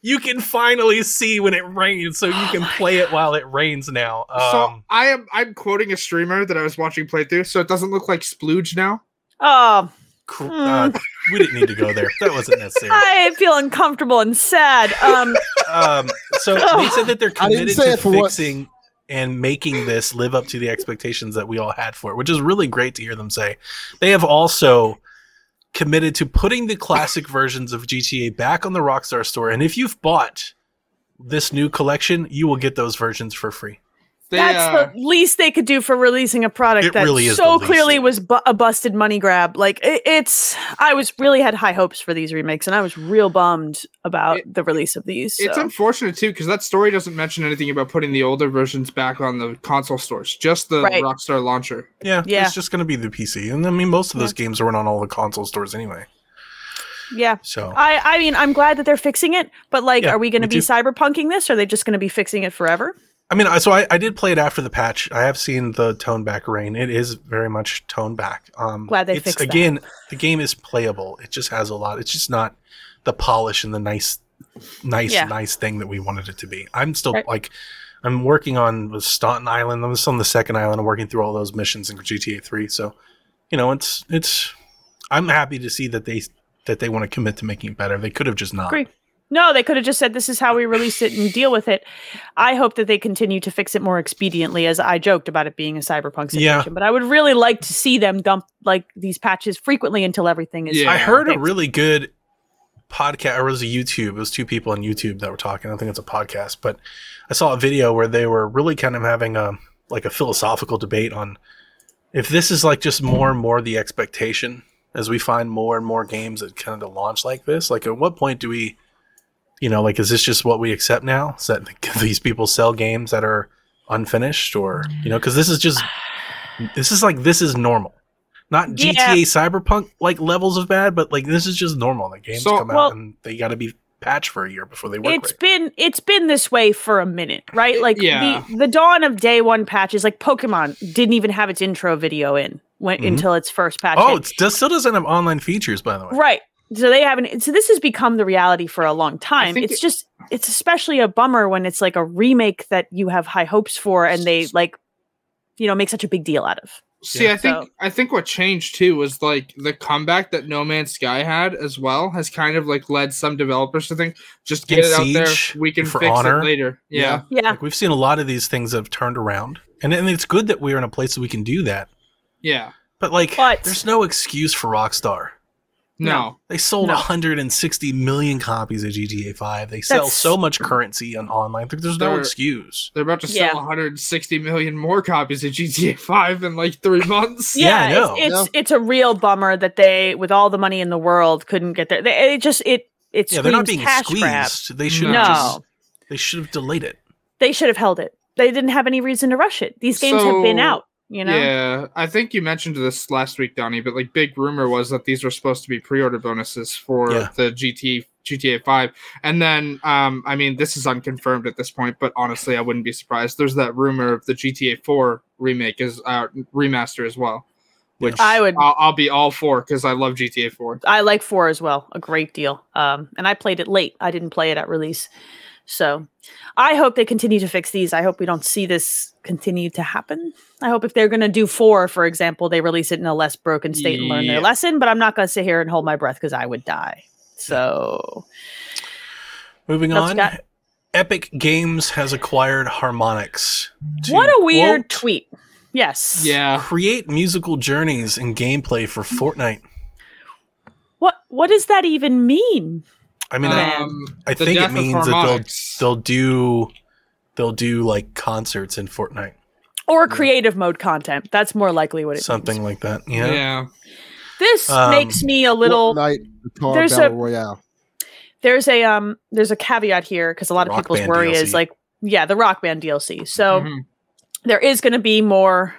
S4: You can finally see when it rains, so you can play it while it rains now.
S3: so
S4: Um,
S3: I am. I'm quoting a streamer that I was watching playthrough. So it doesn't look like splooge now.
S1: oh,
S4: cr-
S2: hmm.
S4: uh, we didn't need to go there. That
S1: [LAUGHS]
S4: wasn't necessary.
S1: I feel uncomfortable and
S4: [LAUGHS]
S1: sad. Um,
S4: um, so they said that they're
S2: I didn't
S4: committed
S2: say
S4: to
S2: it for what-
S4: fixing and making this live up to the expectations that we all had for it, which is really great to hear them say. They have also committed to putting the classic versions of GTA back on the Rockstar store, and if you've bought this new collection, you will get those versions for free.
S3: They, uh,
S1: that's the least they could do for releasing a product
S4: It
S1: that
S4: really is the
S1: so
S4: least.
S1: clearly was bu- a busted money grab. Like it, it's, I was really had high hopes for these remakes, and I was real bummed about
S3: It-
S1: the release of these.
S3: It's
S1: so.
S3: unfortunate too because that story doesn't mention anything about putting the older versions back on the console stores, just the
S1: Right.
S3: Rockstar launcher.
S4: Yeah,
S1: Yeah.
S4: it's just going to be the PC, and I mean most of those games weren't on all the console stores anyway.
S1: yeah.
S4: So
S1: I, I mean, I'm glad that they're fixing it, but like,
S4: Yeah,
S1: are we going to
S4: me
S1: be
S4: too.
S1: cyberpunking this? Or are they just going to be fixing it forever?
S4: I mean, I- so I, I did play it after the patch. I have seen the tone back rain. It is very much tone back. Um,
S1: Glad they
S4: it's,
S1: fixed that.
S4: again. The game is playable. It just has a lot. It's just not the polish and the nice, nice,
S1: Yeah.
S4: nice thing that we wanted it to be. I'm still
S1: Right.
S4: like, I'm working on with Staunton Island. I'm still on the second island. I'm working through all those missions in GTA Three. So, you know, it's it's. I'm happy to see that they that they want to commit to making it better. They could have just not.
S1: Agree. No, they could have just said this is how we release it and deal with it. I hope that they continue to fix it more expediently, as I joked about it being a cyberpunk situation.
S4: Yeah.
S1: But I would really like to see them dump like these patches frequently until everything is.
S3: Yeah.
S4: I heard a
S1: fixed.
S4: really good podcast, or it was a YouTube. It was two people on YouTube that were talking. I think it's a podcast, but I saw a video where they were really kind of having a like a philosophical debate on if this is like just more and more the expectation as we find more and more games that kind of launch like this. Like, at what point do we, you know, like is this just what we accept now? Is that [LAUGHS] these people sell games that are unfinished, or you know, because this is just this is like this is normal not
S1: Yeah.
S4: GTA Cyberpunk like levels of bad, but like this is just normal. The games
S3: So-
S4: come out
S1: Well-
S4: and they got to be patched for a year before they work.
S1: It's
S4: right.
S1: been it's been this way for a minute, right? Like
S3: yeah.
S1: the the dawn of day one patches, like Pokemon didn't even have its intro video in when
S4: Mhm.
S1: until its first patch.
S4: Oh,
S1: hit.
S4: it does, still doesn't have online features, by the way.
S1: Right. So they haven't. So this has become the reality for a long time.
S3: think
S1: It's
S3: it-
S1: just, it's especially a bummer when it's like a remake that you have high hopes for, and they like, you know, make such a big deal out of.
S3: See,
S4: Yeah.
S3: I think
S1: So-
S3: I think what changed too was like the comeback that No Man's Sky had as well has kind of like led some developers to think just get
S4: And
S3: it out
S4: Siege,
S3: there, we can
S4: and For
S3: fix
S4: Honor.
S3: it later. Yeah.
S4: Yeah.
S1: Yeah.
S4: Like we've seen a lot of these things that have turned around, and and it's good that we're in a place that we can do that.
S3: Yeah.
S4: But like,
S1: But-
S4: there's no excuse for Rockstar.
S3: No.
S4: They sold
S1: No.
S4: 160 million copies of GTA 5. They sell
S1: That's-
S4: so much currency on online. Like, There's no
S3: They're-
S4: excuse.
S3: They're about to
S1: Yeah.
S3: sell 160 million more copies of GTA 5 in like
S1: [LAUGHS]
S3: 3 months.
S4: Yeah, I
S1: it's-
S4: know.
S1: It's, it's a real bummer that they, with all the money in the world, couldn't get there. They, it just it it
S4: Yeah, they're not
S1: screams
S4: being
S1: cash
S4: squeezed.
S1: grab.
S4: They should
S1: No,
S4: have just, they should have delayed it.
S1: they should have held it. They didn't have any reason to rush it. These games have been
S3: So-
S1: out. You know.
S3: Yeah, I think you mentioned this last week, Donnie. But like, big rumor was that these were supposed to be pre-order bonuses for
S4: Yeah.
S3: the GT GTA Five, and then, um, I mean, this is unconfirmed at this point, but honestly, I wouldn't be surprised. There's that rumor of the GTA Four remake is uh, remaster as well, which
S1: I would.
S3: I'll, I'll be all for because I love GTA 4.
S1: I like four as well a great deal. Um, and I played it late. I didn't play it at release. So I hope they continue to fix these. I hope we don't see this continue to happen. I hope if they're going to do four, for example, they release it in a less broken state and learn
S3: Yeah.
S1: their lesson. But I'm not going to sit here and hold my breath because I would die. So
S4: Moving
S1: Else
S4: on,
S1: got-
S4: Epic Games has acquired Harmonix. to,
S1: what a weird
S4: quote,
S1: tweet. Yes.
S3: Yeah,
S4: create musical journeys and gameplay for Fortnite.
S1: What What does that even mean?
S4: I
S1: Oh,
S4: mean, I, I
S3: the
S4: think
S3: death
S4: it
S3: of
S4: means that they'll
S3: harmonics.
S4: they'll do they'll do like concerts in Fortnite,
S1: Or creative mode content. That's more likely what it
S4: something
S1: means.
S4: like that.
S3: yeah.
S4: Yeah.
S1: This
S4: Um,
S1: makes me a little.
S2: Fortnite guitar
S1: there's
S2: battle
S1: a-
S2: royale.
S1: there's a um there's a caveat here because a lot of
S4: Rock
S1: people's
S4: Band
S1: worry
S4: DLC.
S1: is like yeah the rock band dlc so
S3: Mhm.
S1: there is going to be more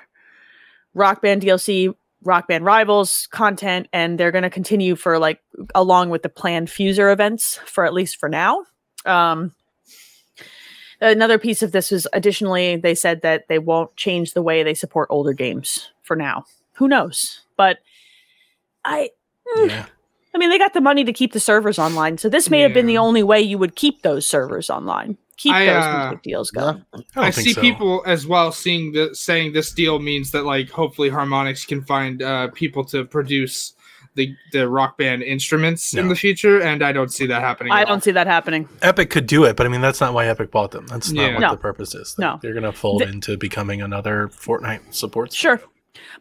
S1: rock band dlc rock band rivals content and they're going to continue for like along with the planned fuser events for at least for now um another piece of this was additionally they said that they won't change the way they support older games for now who knows but i Mm.
S4: yeah.
S1: I mean, they got the money to keep the servers online, so this may have been the
S3: Yeah.
S1: only way you would keep those servers online, keep
S3: I,
S1: those
S3: uh,
S1: music deals
S2: Yeah.
S1: going.
S4: I, don't
S3: I,
S4: think
S3: see
S4: so.
S3: people as well seeing the saying this deal means that like hopefully harmonics can find uh, people to produce the the rock band instruments in
S4: No.
S3: the future, and I don't see that happening.
S1: I
S3: at all.
S1: don't see that happening.
S4: Epic could do it, but I mean that's not why Epic bought them. That's not
S3: Yeah.
S4: what
S1: No.
S4: the purpose is.
S1: No.
S4: they're gonna fold
S1: The-
S4: into becoming another Fortnite support.
S1: Sure,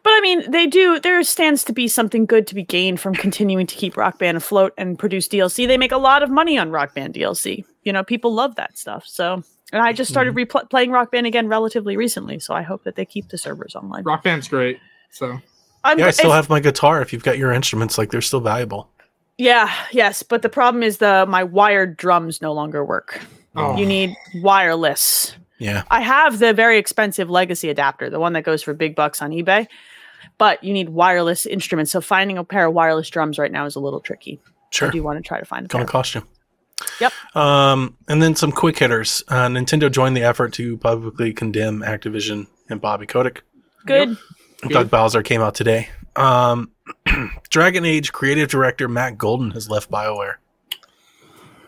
S1: but I mean, they do. There stands to be something good to be gained from continuing to keep Rock Band afloat and produce DLC. They make a lot of money on Rock Band DLC. You know, people love that stuff. So, and I just started
S3: Mm-hmm.
S1: repl- playing Rock Band again relatively recently. So I hope that they keep the servers online.
S3: Rock band's great. So
S1: I'm,
S4: Yeah, I still
S1: it's-
S4: have my guitar. If you've got your instruments, like they're still valuable.
S1: yeah, yes, but the problem is the my wired drums no longer work.
S3: oh,
S1: You need wireless.
S4: Yeah,
S1: I have the very expensive legacy adapter, the one that goes for big bucks on eBay, but you need wireless instruments. So finding a pair of wireless drums right now is a little tricky.
S4: sure.
S1: I do want to try to find a
S4: going
S1: pair.
S4: to cost you.
S1: Yep.
S4: Um, and then some quick hitters. Uh, Nintendo joined the effort to publicly condemn Activision and Bobby Kotick.
S1: Good.
S4: Doug Bowser came out today. Um, [CLEARS THROAT] Dragon Age creative director Matt Golden has left BioWare.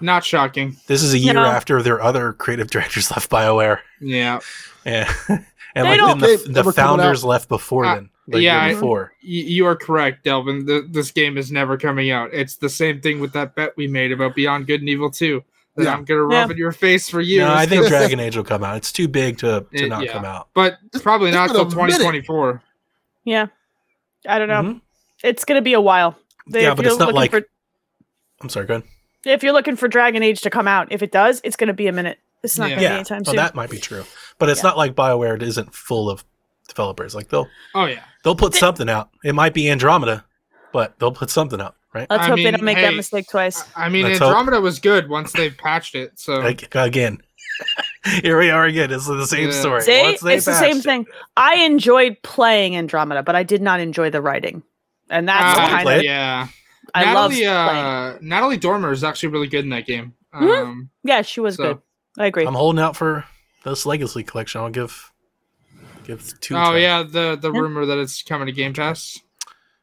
S3: not shocking.
S4: This is a year
S1: No.
S4: after their other creative [LAUGHS] directors left BioWare.
S3: Yeah,
S4: Yeah. [LAUGHS]
S1: They
S4: and like
S1: don't-
S4: then
S2: They-
S4: the,
S2: they
S4: the
S2: were coming
S4: founders left before
S3: Uh,
S4: then. Like yeah,
S3: yeah,
S1: [LAUGHS]
S3: I-
S4: before.
S3: Y- you are correct, Delvin. Th this game is never coming out. It's the same thing with that bet we made about Beyond Good and Evil Two that
S2: Yeah.
S3: I'm gonna rub
S1: Yeah.
S3: in your face for years.
S4: no, I think
S2: just-
S4: Dragon Age will come out. It's too big to, to
S3: It-
S4: not
S3: yeah.
S4: come out.
S3: but probably
S2: It's
S3: not
S2: been a
S3: till 2024.
S1: Yeah. I don't know.
S4: Mhm.
S1: It's going to be a while. um, They-
S4: Yeah,
S1: if
S4: but it's
S1: you're
S4: not
S1: looking
S4: like-
S1: For,
S4: I'm sorry, go ahead.
S1: if you're looking for Dragon Age to come out, if it does, it's going to be a minute. It's not going
S3: Yeah.
S1: to be
S4: Yeah.
S1: anytime
S4: Well,
S1: soon.
S4: that might be true. But it's
S1: Yeah.
S4: not like BioWare isn't full of developers. Like they'll
S3: Oh yeah.
S4: they'll put
S1: They-
S4: something out. It might be Andromeda, but they'll put something out, right?
S1: Let's
S3: I
S1: hope they
S3: mean,
S1: don't make that
S3: hey,
S1: mistake twice.
S3: I mean,
S4: Let's hope.
S3: Andromeda was good once they patched it. So
S4: Ag- again. [LAUGHS] Here we are again. It's the same
S3: Yeah.
S4: story.
S1: See?
S4: Once they
S1: it's the same
S4: patched it-
S1: thing. I enjoyed playing Andromeda, but I did not enjoy the writing. And that's
S4: Ah,
S1: the kind of
S4: play it?
S3: yeah.
S1: I love
S3: Natalie,
S1: playing.
S3: uh, Natalie Dormer is actually really good in that game. Um,
S1: Mhm. Yeah, she was
S3: so-
S1: good. I agree.
S4: I'm holding out for this Legacy collection. I'll give give two.
S3: Oh
S4: time.
S3: yeah, the the
S1: Yeah.
S3: rumor that it's coming to Game Pass.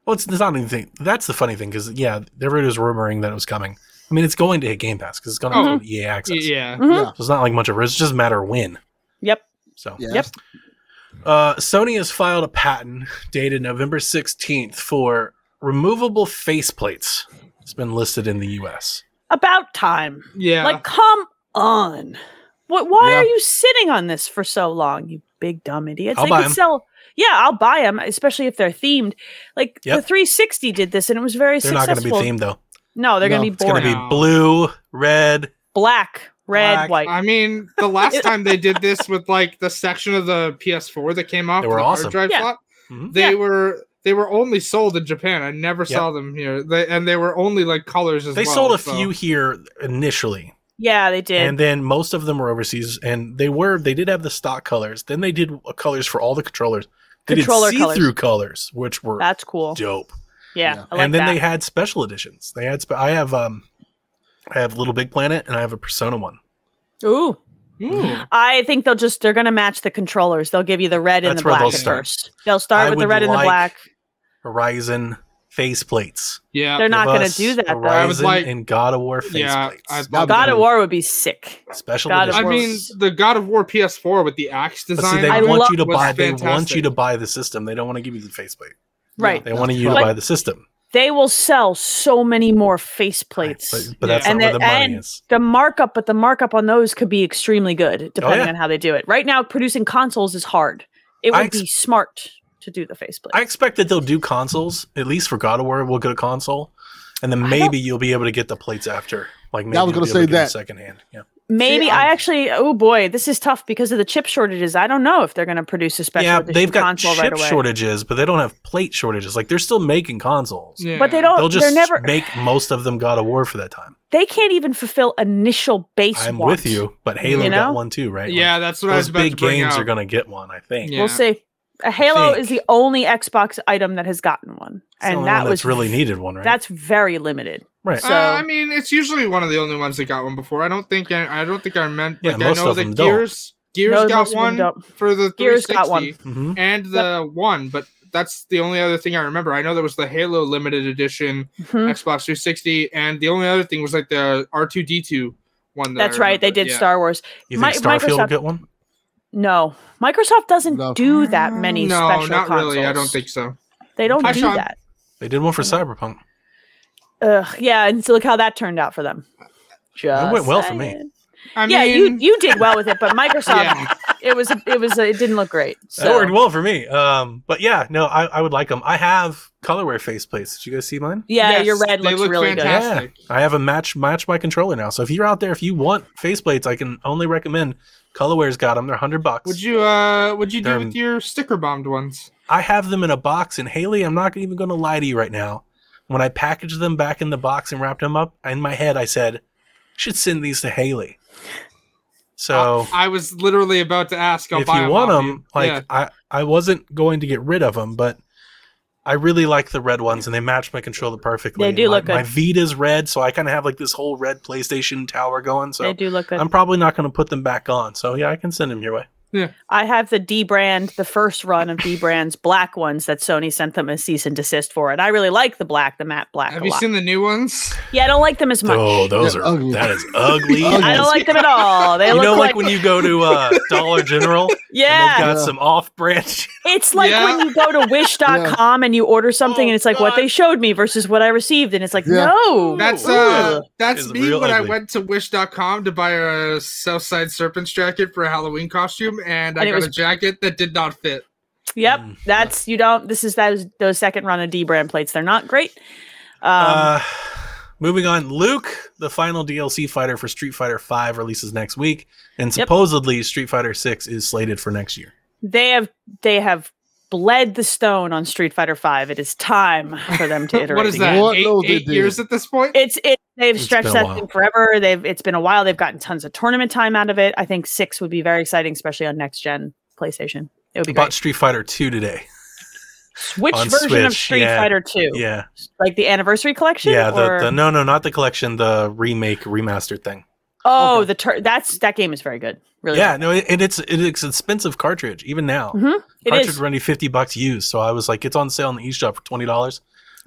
S4: Well, it's, it's not anything. That's the funny thing because yeah, everybody was rumoring that it was coming. I mean, it's going to hit Game Pass because it's going to
S3: Oh.
S4: include EA E access.
S3: Y- Yeah.
S1: Mhm.
S2: Yeah.
S4: So it's not like much of a risk. It's just a matter of when.
S1: Yep.
S4: So
S2: Yeah.
S1: Yep.
S4: uh, Sony has filed a patent dated November 16th for removable faceplates. It's been listed in the U.S.
S1: About time.
S3: Yeah.
S1: Like, come on. What? Why
S2: Yeah.
S1: are you sitting on this for so long, you big dumb idiots?
S4: I'll
S1: they
S4: buy
S1: could
S4: 'em.
S1: sell. Yeah, I'll buy them, especially if they're themed. Like the
S4: Yep.
S1: 360 did this, and it was very
S4: They're not
S1: successful.
S4: going to be themed though.
S1: No, they're
S2: No,
S1: going to
S4: It's
S1: be
S4: going
S1: boring.
S4: to be
S3: Boring.
S4: blue, red.
S1: Black, red,
S4: Black.
S1: white.
S3: I mean,
S1: [LAUGHS]
S3: the last time they did this with like the section of the PS4 that came off
S4: They were
S3: the
S4: awesome.
S3: hard drive
S1: Yeah.
S3: slot,
S4: Mhm.
S3: they
S1: Yeah.
S3: were they were only sold in Japan. I never saw them here, they, and they were only like colors as
S4: They
S3: well.
S4: sold a
S3: so-
S4: few here initially,
S1: yeah, they did.
S4: and then most of them were overseas and they were they did have the stock colors then they did uh, colors for all the controllers they
S1: Controller
S4: did
S1: colours.
S4: see-through colors which were
S1: That's cool.
S4: dope
S1: Yeah,
S2: Yeah.
S1: I like
S4: and then
S1: that.
S4: they had special editions they had spe- i have um i have little big planet and i have a persona one
S1: Ooh, Hmm.
S3: Ooh.
S1: I think they'll just they're going to match the controllers. They'll give you the red and
S4: That's
S1: the
S4: where
S1: black
S4: they'll
S1: at
S4: start.
S1: first. They'll start
S4: I
S1: with the
S4: would
S1: red and the
S4: like-
S1: black.
S4: Horizon faceplates.
S3: Yeah.
S1: They're not
S4: Give
S1: going
S4: us
S1: to do that though.
S4: Horizon
S3: I was like-
S4: and God of War
S3: Yeah,
S4: faceplates.
S3: I-
S2: Now,
S1: God of War would be sick.
S4: Special
S1: God of
S4: edition.
S3: I mean, the God of War PS4 with the axe
S4: But see,
S3: design.
S4: they
S1: I
S4: want
S1: love-
S4: you to
S3: was
S4: buy. They want
S3: fantastic.
S4: you to buy the system. They don't want to give you the faceplate.
S1: Right.
S4: They want you to
S1: Like-
S4: buy the system.
S1: They will sell so many more faceplates.
S4: But, but that's
S1: And
S4: not where
S1: the-
S4: the money
S1: and-
S4: is.
S1: the markup, but the markup on those could be extremely good depending
S4: Oh, yeah.
S1: on how they do it. Right now, producing consoles is hard. It would
S4: I
S1: be smart to do the faceplate.
S4: I expect that they'll do consoles at least for God of War. We'll get a console, and then
S1: I
S4: maybe you'll be able to get the plates after. Like maybe
S2: I was
S4: you'll
S2: gonna
S4: be able
S2: say
S4: to get them
S2: that.
S4: secondhand. Yeah,
S1: Maybe
S2: See,
S1: I
S4: um
S2: I'm-
S1: actually. Oh boy, this is tough because of the chip shortages. I don't know if they're going to produce a special
S4: yeah.
S1: edition
S4: They've got
S1: console
S4: chip
S1: right away.
S4: shortages, but they don't have plate shortages. Like they're still making consoles.
S3: Yeah.
S1: But they don't.
S4: They'll just
S1: they're never.
S4: make most of them God of War for that time.
S1: they can't even fulfill initial base.
S4: I'm
S1: want.
S4: with you, but Halo
S1: You know?
S4: got one too, right? Like,
S3: Yeah, that's what I was
S4: those
S3: about
S4: big
S3: to bring
S4: games
S3: out.
S4: are going to get one. I think.
S3: Yeah.
S1: We'll see. A Halo
S4: Think.
S1: is the only Xbox item that has gotten one,
S4: It's the
S1: and
S4: only
S1: that
S4: one that's
S1: was
S4: really needed one, right?
S1: That's very limited.
S4: right.
S1: so-
S3: Uh, I mean, it's usually one of the only ones that got one before. I don't think I, I don't think I remember.
S4: Yeah,
S3: like,
S4: most
S3: I know
S4: of
S3: the
S4: them don't.
S3: Gears Gears
S1: No, most
S3: got
S1: of them
S3: one
S1: don't.
S3: for the
S1: Gears got
S3: 360
S4: hmm
S3: and the one, but that's the only other thing I remember. I know there was the Halo limited edition
S1: Mhm.
S3: Xbox 360, and the only other thing was like the R2D2 one. That I
S1: That's right. They
S3: remember,
S1: did
S3: yeah.
S1: Star Wars.
S4: You
S1: Mi-
S4: think Starfield will
S1: Microsoft-
S4: get one?
S1: No, Microsoft doesn't
S2: No.
S1: do that many
S3: No,
S1: special
S3: not
S1: consoles.
S3: really. I don't think so.
S1: they don't
S3: Hi,
S1: do
S3: Sean.
S1: that.
S4: They did one for
S1: Uh-huh.
S4: Cyberpunk.
S1: Ugh, yeah, and so look how that turned out for them. Just
S4: went well for me.
S1: saying.
S3: I
S1: yeah, you
S3: mean,
S1: you did well with it,
S3: [LAUGHS]
S1: but Microsoft,
S3: Yeah.
S1: it was it was it didn't look great.
S4: That
S1: So
S4: worked well for me. Um, but yeah, no, I, I would like them. I have colorware faceplates. Did you guys see mine?
S1: yeah,
S3: Yes,
S1: your red
S3: they
S1: looks
S3: look
S1: really
S3: fantastic.
S4: Yeah, I have a match match my controller now. So if you're out there, if you want faceplates, I can only recommend Colorware's got them. They're hundred bucks.
S3: would you uh, would you do
S4: They're-
S3: with your sticker bombed ones?
S4: I have them in a box, and Haley, I'm not even going to lie to you right now. When I packaged them back in the box and wrapped them up, in my head I said, I "Should send these to Haley." So
S3: I, I was literally about to ask. I'll
S4: if
S3: buy
S4: you
S3: 'em
S4: want
S3: off
S4: them,
S3: you.
S4: like
S3: Yeah.
S4: I, I wasn't going to get rid of them, but I really like the red ones, and they match my controller perfectly.
S1: They
S4: And
S1: do
S4: my,
S1: look good.
S4: My Vita's red, so I kind of have like this whole red PlayStation tower going.
S1: good. They
S4: So
S1: do look good.
S4: I'm probably not going to put them back on. So yeah, I can send them your way.
S1: I have the D brand, the first run of D brand's black ones that Sony sent them a cease and desist for, and I really like the black, the matte black.
S3: Have
S1: a
S3: you
S1: lot.
S3: seen the new ones?
S1: yeah, I don't like them as much.
S4: those
S2: They're Oh, ugly. [LAUGHS]
S4: is ugly.
S2: Ugly.
S1: I don't like them at all. They
S4: Oh, you
S1: look
S4: know, like, when you go to uh, Dollar General, and
S1: yeah,
S4: they've got
S2: Yeah.
S4: some off-brand. shit.
S1: It's like
S3: Yeah. Oh,
S1: when you go to wish.com and you order something and it's like what they showed me versus what I received and it's like
S2: Yeah.
S1: no.
S3: That's
S4: Ooh.
S3: uh,
S1: Ugh.
S3: that's
S4: It's
S3: me
S4: real
S3: when I
S4: ugly.
S3: went to Wish.com to buy a Southside Serpents jacket for a Halloween costume, and I
S1: And it
S3: got
S1: was-
S3: a jacket that did not fit.
S1: Yep.
S4: Mm.
S1: That's you don't this is those those second run of D brand plates. They're not great. Um
S4: Uh, moving on, Luke, the final DLC fighter for Street Fighter V, releases next week, and
S1: Yep.
S4: supposedly Street Fighter Six is slated for next year.
S1: they have they have bled the stone on Street Fighter 5. It is time for them
S3: [LAUGHS]
S1: to iterate.
S3: What is
S1: again.
S3: that?
S2: What?
S3: Eight,
S2: No, they
S3: eight
S2: didn't.
S3: years at this
S1: [LAUGHS]
S3: point.
S1: It's it they've
S4: It's
S1: stretched
S4: been a
S1: that thing forever. They've it's been a while. They've gotten tons of tournament time out of it. I think 6 would be very exciting especially on next gen PlayStation. It would
S4: I
S1: be
S4: bought
S1: great.
S4: Street Fighter Two today.
S1: Switch
S4: on
S1: version of
S4: Switch,
S1: Street
S4: yeah.
S1: Fighter 2.
S4: Yeah,
S1: Like the anniversary collection
S4: yeah.
S1: or-
S4: The, the no, no, not the collection, the remake, remastered thing.
S1: Oh,
S3: Okay.
S1: the tur that's that game is very good. Really,
S4: Yeah, no, it, and it's it's an expensive cartridge even now.
S1: Mhm, it
S4: cartridge
S1: is.
S4: running fifty bucks used, so I was like, it's on sale in the eShop for twenty dollars.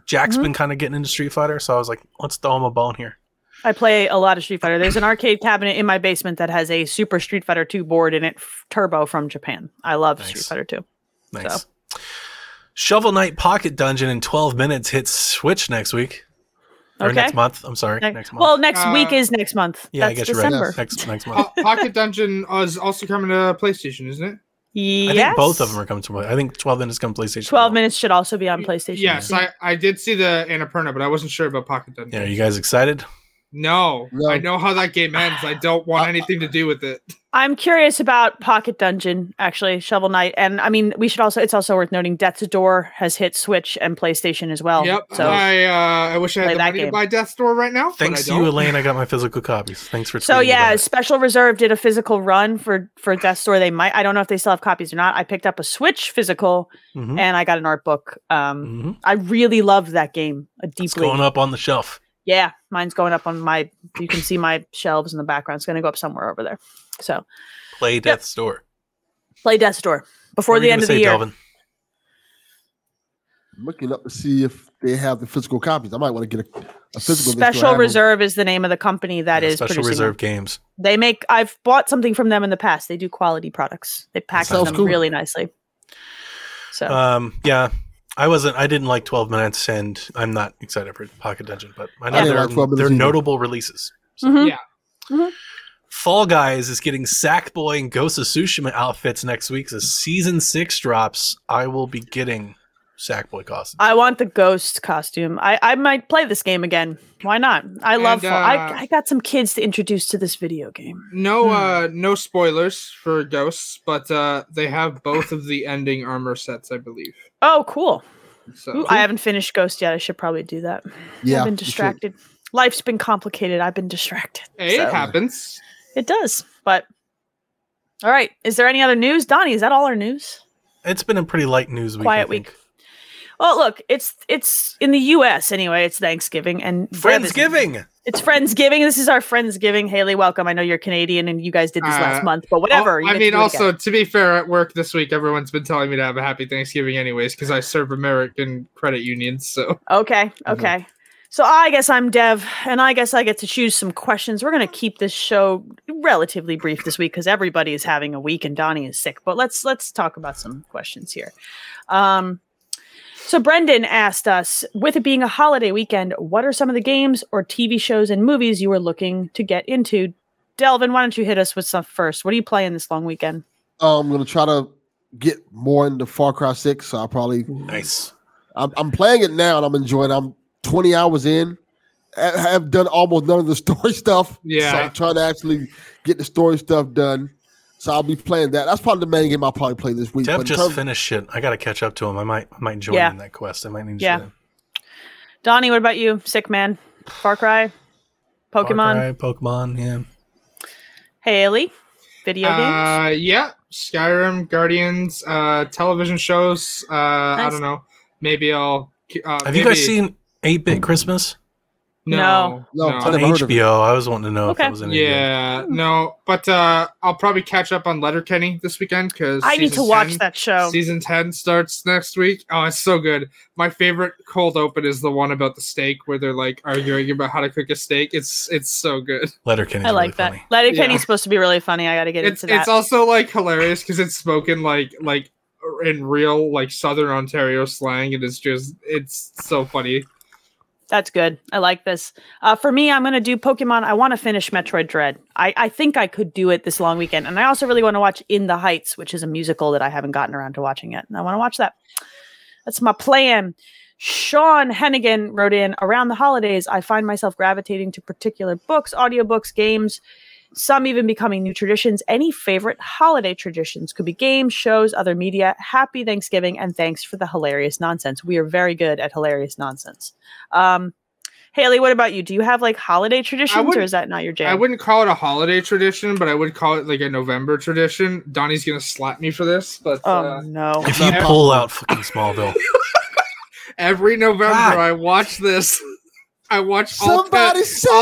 S4: Jack's
S1: Mhm.
S4: been kind of getting into Street Fighter, so I was like, let's throw him a bone here.
S1: I play a lot of Street Fighter. There's an arcade cabinet in my basement that has a Super Street Fighter 2 board in it, f- Turbo from Japan. I love Street
S4: Nice.
S1: Fighter 2.
S4: Nice.
S1: So.
S4: Shovel Knight Pocket Dungeon in 12 minutes hits Switch next week. Or
S1: Okay.
S4: next month. I'm sorry.
S1: Ne-
S4: Next month.
S1: Well, next
S3: Uh,
S1: week is next month.
S4: yeah, I
S1: That's
S4: guess you're
S1: December.
S4: right. Next next
S3: Po-
S4: month.
S3: Pocket Dungeon uh, is also coming to PlayStation, isn't it?
S1: Yes.
S4: I think both of them are coming to I think 12 minutes come to PlayStation.
S1: 12 minutes should also be on PlayStation.
S3: Yes, I, I did see the Annapurna, but I wasn't sure about Pocket Dungeon.
S4: Yeah, are you guys excited?
S3: no,
S2: No.
S3: I know how that game ends. I don't want anything to do with it.
S1: I'm curious about Pocket Dungeon, actually, Shovel Knight. And I mean, we should also, it's also worth noting Death's Door has hit Switch and PlayStation as well.
S3: yep.
S1: So
S3: I uh, I wish I
S1: play
S3: had the
S1: that
S3: money
S1: game.
S3: to buy Death Door right now. but I
S4: Thanks to you,
S3: don't.
S4: Elaine, I got my physical copies. Thanks for
S1: So
S4: tweeting about
S1: yeah,
S4: it.
S1: Special Reserve did a physical run for for Death Store. They might I don't know if they still have copies or not. I picked up a Switch physical
S4: Mhm.
S1: and I got an art book. Um,
S4: Mhm.
S1: I really loved that game uh,
S4: It's
S1: deeply.
S4: going up on the shelf.
S1: Yeah, mine's going up on my. You can see my shelves in the background. It's going to go up somewhere over there. So
S4: Play Death's Door.
S1: play Death Store before
S4: What were
S1: the
S4: you
S1: end
S4: gonna
S1: of the
S4: say,
S1: year.
S4: Delvin?
S2: I'm looking up to see if they have the physical copies. I might want to get a, a physical. just to have
S1: Special
S2: 'em.
S1: Reserve is the name of the company that is
S4: Special
S1: producing.
S4: Reserve
S1: them.
S4: games.
S1: They make. I've bought something from them in the past. They do quality products. They package
S2: sounds
S1: them
S2: cool.
S1: really nicely. So
S4: Um, yeah, I wasn't. I didn't like Twelve Minutes, and I'm not excited for Pocket Dungeon, but I know
S2: didn't
S4: they're,
S2: like 12
S4: they're
S2: Minutes either.
S4: notable releases.
S1: Mhm.
S3: Yeah.
S4: Fall Guys is getting Sackboy and Ghost of Tsushima outfits next week. As season six drops, I will be getting Sackboy costumes.
S1: I want the ghost costume. I, I might play this game again. Why not? I love.
S3: And,
S1: Fall-
S3: uh,
S1: I I got some kids to introduce to this video game.
S3: No, uh, no spoilers for Ghosts, but uh, they have both of the ending armor sets, I believe.
S1: Oh, cool.
S3: So
S1: Ooh, I haven't finished Ghost yet. I should probably do that.
S2: Yeah,
S1: I've been
S2: you should.
S1: distracted. Life's been complicated. I've been distracted.
S3: Hey,
S1: So,
S3: it happens.
S1: It does. But all right. Is there any other news, Donnie? Is that all our news?
S4: It's been a pretty light news week.
S1: Quiet
S4: I think.
S1: week. Well, look, it's it's in the U.S. anyway. It's Thanksgiving and Deb is-
S4: Friendsgiving.
S1: It's Friendsgiving. This is our Friendsgiving. Haley, welcome. I know you're Canadian and you guys did this
S3: Uh,
S1: last month, but whatever.
S3: Al-
S1: you
S3: I
S1: get to
S3: mean,
S1: do it
S3: also
S1: again.
S3: to be fair, at work this week, everyone's been telling me to have a happy Thanksgiving, anyways, because I serve American credit unions. So
S1: Okay.
S4: Mm-hmm.
S1: Okay. So I guess I'm Dev, and I guess I get to choose some questions. We're going to keep this show relatively brief this week because everybody is having a week, and Donnie is sick. But let's let's talk about some questions here. Um, so Brendan asked us, with it being a holiday weekend, what are some of the games or TV shows and movies you were looking to get into? Delvin, why don't you hit us with some first? What are you playing this long weekend?
S2: Um, I'm gonna try to get more into Far Cry Six. So I probably
S4: Nice.
S2: I'm, I'm playing it now and I'm enjoying. it. I'm 20 hours in. I have done almost none of the [LAUGHS] story stuff.
S3: Yeah.
S2: so I'm trying to actually get the story stuff done. So I'll be playing that. That's probably the main game I'll probably play this week.
S4: Deb
S2: but in
S4: just
S2: terms-
S4: finished it. I got to catch up to him. I might. I might join
S1: Yeah.
S4: in that quest. I might need to.
S1: Yeah.
S4: join in.
S1: Donnie, what about you? Sick man, Far Cry,
S4: Far
S1: Pokemon,
S4: Cry, Pokemon. Yeah.
S1: Haley, video games.
S3: uh, yeah, Skyrim, Guardians, uh, television shows. Uh, I
S1: Nice.
S3: don't know. Maybe I'll. Uh,
S4: Have you guys
S3: maybe-
S4: seen Eight Bit Christmas?
S3: No,
S2: No.
S3: no.
S2: No,
S4: It's on
S2: never heard of it.
S4: HBO. I was wanting to know if
S1: Okay.
S4: that was any good.
S3: Yeah, no, but uh, I'll probably catch up on Letterkenny this weekend because
S1: I need to watch that show.
S3: Season 10 starts next week. Oh, it's so good. My favorite cold open is the one about the steak where they're like arguing about how to cook a steak. It's it's so good.
S4: Letterkenny.
S1: I like
S4: really
S1: that.
S4: Funny.
S1: Letterkenny's
S3: Yeah.
S1: supposed to be really funny. I got to get
S3: It's
S1: into that.
S3: it's also like hilarious because it's spoken like like in real like southern Ontario slang and it's just it's so funny.
S1: That's good. I like this. Uh, for me, I'm going to do Pokemon. I want to finish Metroid Dread. I, I think I could do it this long weekend, and I also really want to watch In the Heights, which is a musical that I haven't gotten around to watching yet, and I want to watch that. That's my plan. Sean Hennigan wrote in around the holidays. I find myself gravitating to particular books, audiobooks, games, some even becoming new traditions. Any favorite holiday traditions could be games, shows, other media. Happy Thanksgiving and thanks for the hilarious nonsense. We are very good at hilarious nonsense. Um, Haley, what about you? Do you have like holiday traditions or
S3: wouldn't-
S1: is that not your jam?
S3: I wouldn't call it a holiday tradition, but I would call it like a November tradition. Donnie's gonna slap me for this, but
S1: oh,
S3: uh,
S1: no.
S4: If you
S2: Not
S4: pull out fucking
S1: [LAUGHS]
S4: Smallville,
S3: every November
S4: God.
S3: I watch this. [LAUGHS] I watch
S2: Somebody
S3: all
S2: save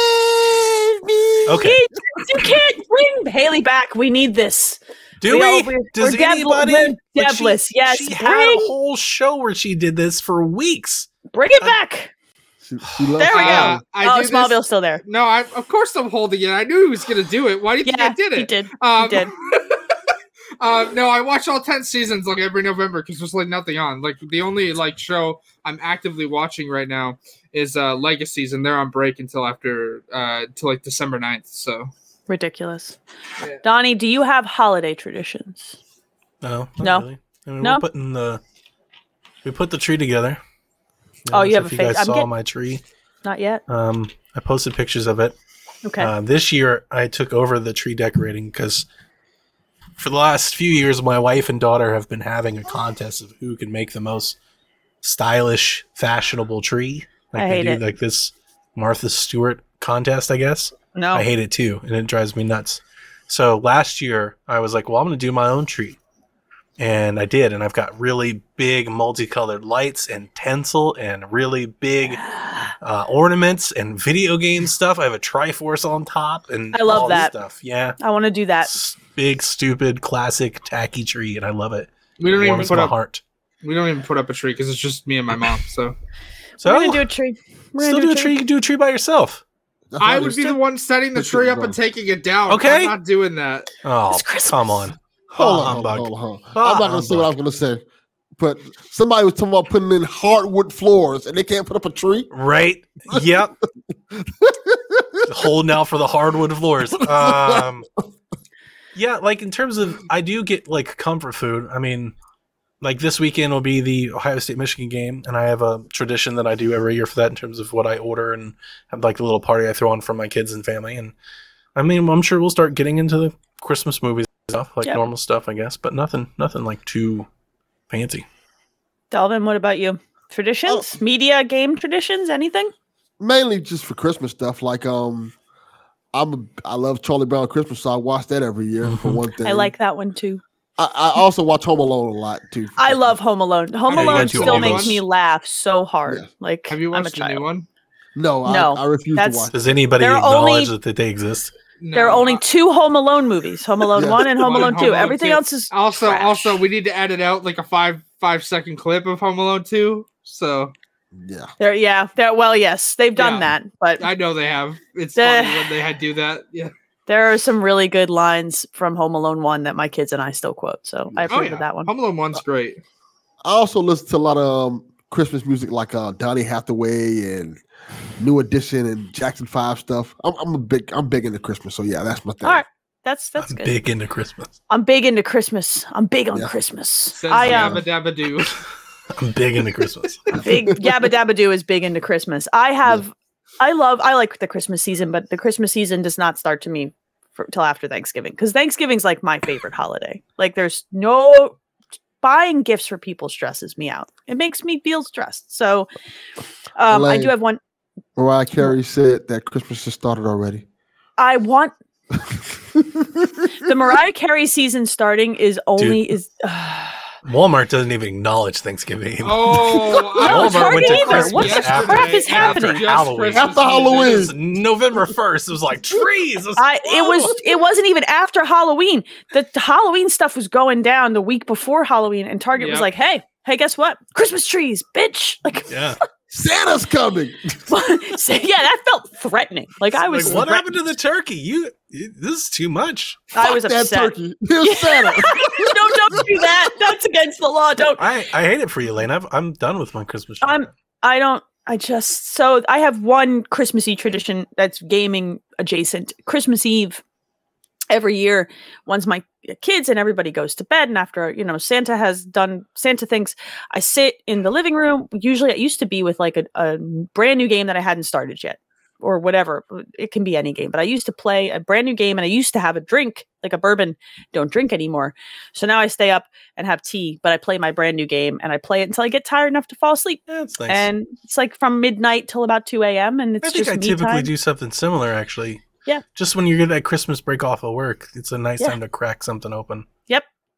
S3: oh.
S2: me.
S4: okay.
S1: [LAUGHS] You can't bring Haley back. We need this.
S4: Do
S1: all-
S4: we?
S1: we're-
S4: Does
S1: we're dev-
S4: anybody?
S1: we're
S4: but
S1: devless.
S4: She,
S1: yes,
S4: she
S1: bring,
S4: had a whole show where she did this for weeks.
S1: bring it back.
S2: She, she loves
S1: There we go.
S2: Smallville.
S3: Uh, I
S1: oh,
S3: do this-
S1: Smallville's still there.
S3: No, I of course I'm holding it. I knew he was gonna do it. Why do
S1: [LAUGHS]
S3: you
S1: Yeah,
S3: think I did it?
S1: he did.
S3: Um,
S1: he did.
S3: [LAUGHS] um, no, I watch all ten seasons like every November because there's like nothing on. Like the only like show I'm actively watching right now is uh Legacies, and they're on break until after uh till like December 9th. So
S1: Ridiculous.
S3: Yeah.
S1: Donnie, do you have holiday traditions?
S4: No, not
S1: No.
S4: really. I mean,
S1: No.
S4: We're putting the we put the tree together.
S1: Oh, you
S4: so
S1: have
S4: if
S1: a
S4: you
S1: face-
S4: guys
S1: I'm
S4: saw
S1: getting-
S4: my tree.
S1: Not yet.
S4: Um, I posted pictures of it.
S1: Okay.
S4: Uh, this year, I took over the tree decorating because for the last few years, my wife and daughter have been having a contest of who can make the most stylish, fashionable tree. Like
S1: I
S4: they
S1: hate
S4: do
S1: it.
S4: like this Martha Stewart contest, I guess.
S1: no.
S4: I hate it too, and it drives me nuts. So last year, I was like, well, I'm going to do my own tree. And I did, and I've got really big multicolored lights and tinsel and really big uh, ornaments and video game stuff. I have a Triforce on top and
S1: I love
S4: all this
S1: that.
S4: stuff. Yeah.
S1: [SIGHS] I want to do that.
S4: S- Big, stupid, classic, tacky tree, and I love it.
S3: we don't even
S4: Warms
S3: put
S4: my
S3: up
S4: heart.
S3: We don't even put up a tree because it's just me and my mom. So
S4: So
S1: We're gonna do a tree. We're
S4: still
S1: gonna
S4: do a tree. You can do a tree by yourself.
S2: That's
S3: I
S2: how
S3: would
S2: it
S3: be
S2: is.
S3: the one setting the
S2: That's
S3: tree
S2: your
S3: up and
S2: mom.
S3: taking it down.
S4: Okay.
S3: I'm not doing that.
S4: Oh,
S1: It's Christmas.
S4: come on.
S2: Hold on, hold on,
S4: Humbug.
S2: hold on, hold on.
S4: Ah,
S2: I'm not gonna say what I was
S4: humbug.
S2: gonna say, but somebody was talking about putting in hardwood floors and they can't put up a tree.
S4: Right? Yep. Holding out for the hardwood floors. Um, yeah, like in terms of, I do get like comfort food. I mean, like this weekend will be the Ohio State Michigan game, and I have a tradition that I do every year for that in terms of what I order and have like the little party I throw on for my kids and family. And I mean, I'm sure we'll start getting into the Christmas movies and stuff, like
S1: Yep.
S4: normal stuff, I guess, but nothing, nothing like too fancy.
S1: Dalvin, what about you? Traditions, media, game traditions, anything?
S2: Mainly just for Christmas stuff. Like um, I'm a, I love Charlie Brown Christmas, so I watch that every year for
S4: Mhm.
S2: one thing.
S1: [LAUGHS] I like that one too.
S2: I, I also watch Home Alone a lot too. for
S1: I
S2: Christmas.
S1: love Home Alone. Home
S3: Have you
S1: Alone
S4: watched the
S1: still
S4: new
S1: makes
S4: one?
S1: me laugh so hard.
S2: Yeah.
S1: Like
S3: Have you
S1: I'm a
S3: watched the
S1: child.
S3: new one?
S2: No,
S1: No,
S2: I, I refuse to
S1: that's-
S2: watch.
S4: Does anybody
S1: There are
S4: acknowledge
S1: only-
S4: that they exist?
S3: No.
S1: There are only two Home Alone movies: Home Alone
S2: Yeah.
S1: One and Home
S3: One and
S1: Alone
S3: Home
S1: Two.
S3: Alone
S1: Everything
S3: 2.
S1: else is
S3: Also,
S1: Trash.
S3: also, we need to edit out like a five five second clip of Home Alone two. So
S2: Yeah,
S1: there. Yeah, there. Well, yes, they've done
S3: Yeah.
S1: that, but
S3: I know they have. It's
S1: The-
S3: funny when they had do that. Yeah.
S1: there are some really good lines from Home Alone One that my kids and I still quote. So I
S3: Oh,
S1: approve
S3: yeah.
S1: of that one.
S3: Home Alone one's great.
S2: I also listen to a lot of um, Christmas music, like uh, Donny Hathaway and New Edition and Jackson Five stuff. I'm, I'm a big, I'm big into Christmas, so yeah, that's my thing.
S1: All right, that's that's
S4: I'm
S1: good.
S4: big into Christmas.
S1: I'm big into Christmas. I'm big on
S2: Yeah.
S1: Christmas.
S3: Says
S1: I um, am.
S3: Dabba
S4: [LAUGHS]
S3: Dabba Doo.
S4: I'm big into Christmas.
S1: big Yabba Dabba Doo is big into Christmas. I have, I love, I like the Christmas season, but the Christmas season does not start to me for, till after Thanksgiving because Thanksgiving's like my favorite holiday. Like there's no buying gifts for people stresses me out. It makes me feel stressed. So um, I do
S2: Elaine.
S1: have one.
S2: Mariah Carey said that Christmas has started already.
S1: I want the Mariah Carey season starting is only is. [SIGHS]
S4: Walmart doesn't even acknowledge Thanksgiving.
S3: Oh,
S1: [LAUGHS]
S3: I
S1: No, it's
S3: was
S1: hard
S3: watching
S1: to either.
S3: Christmas
S1: What the
S3: yesterday
S1: crap is
S3: after
S1: happening?
S3: just
S4: After
S3: Christmas
S2: After
S3: music.
S2: Halloween.
S4: It's November 1st. It was like trees.
S1: I it was it wasn't even after Halloween. The the Halloween stuff was going down the week before Halloween, and Target was
S3: Yep.
S1: like, "Hey, hey, guess what? Christmas trees, bitch!" [LAUGHS] Like,
S4: Yeah.
S2: Santa's coming.
S1: so, yeah, that felt threatening. Like I was,
S4: Like, what
S1: threat-
S4: happened to the turkey? You, you- this is too much.
S1: I was
S2: Fuck that
S1: upset.
S2: turkey. Here's
S1: [LAUGHS]
S2: Santa.
S1: no, don't do that. That's against the law. Don't.
S4: I, I hate it for you, Lane. I've, I'm done with my Christmas. tree.
S1: I'm- I don't. I just so I have one Christmassy tradition that's gaming adjacent. Christmas Eve every year, once my kids and everybody goes to bed, and after you know Santa has done Santa things, I sit in the living room. Usually, it used to be with like a, a brand new game that I hadn't started yet, or whatever. It can be any game, but I used to play a brand new game, and I used to have a drink like a bourbon. Don't drink anymore, so now I stay up and have tea, but I play my brand new game, and I play it until I get tired enough to fall asleep
S4: Yeah, it's nice.
S1: and it's like from midnight till about 2 a.m. and it's
S4: I think
S1: just
S4: I
S1: me
S4: typically
S1: time.
S4: do something similar, actually.
S1: Yeah.
S4: Just when you get that Christmas break off of work, it's a nice
S1: Yeah.
S4: time to crack something open.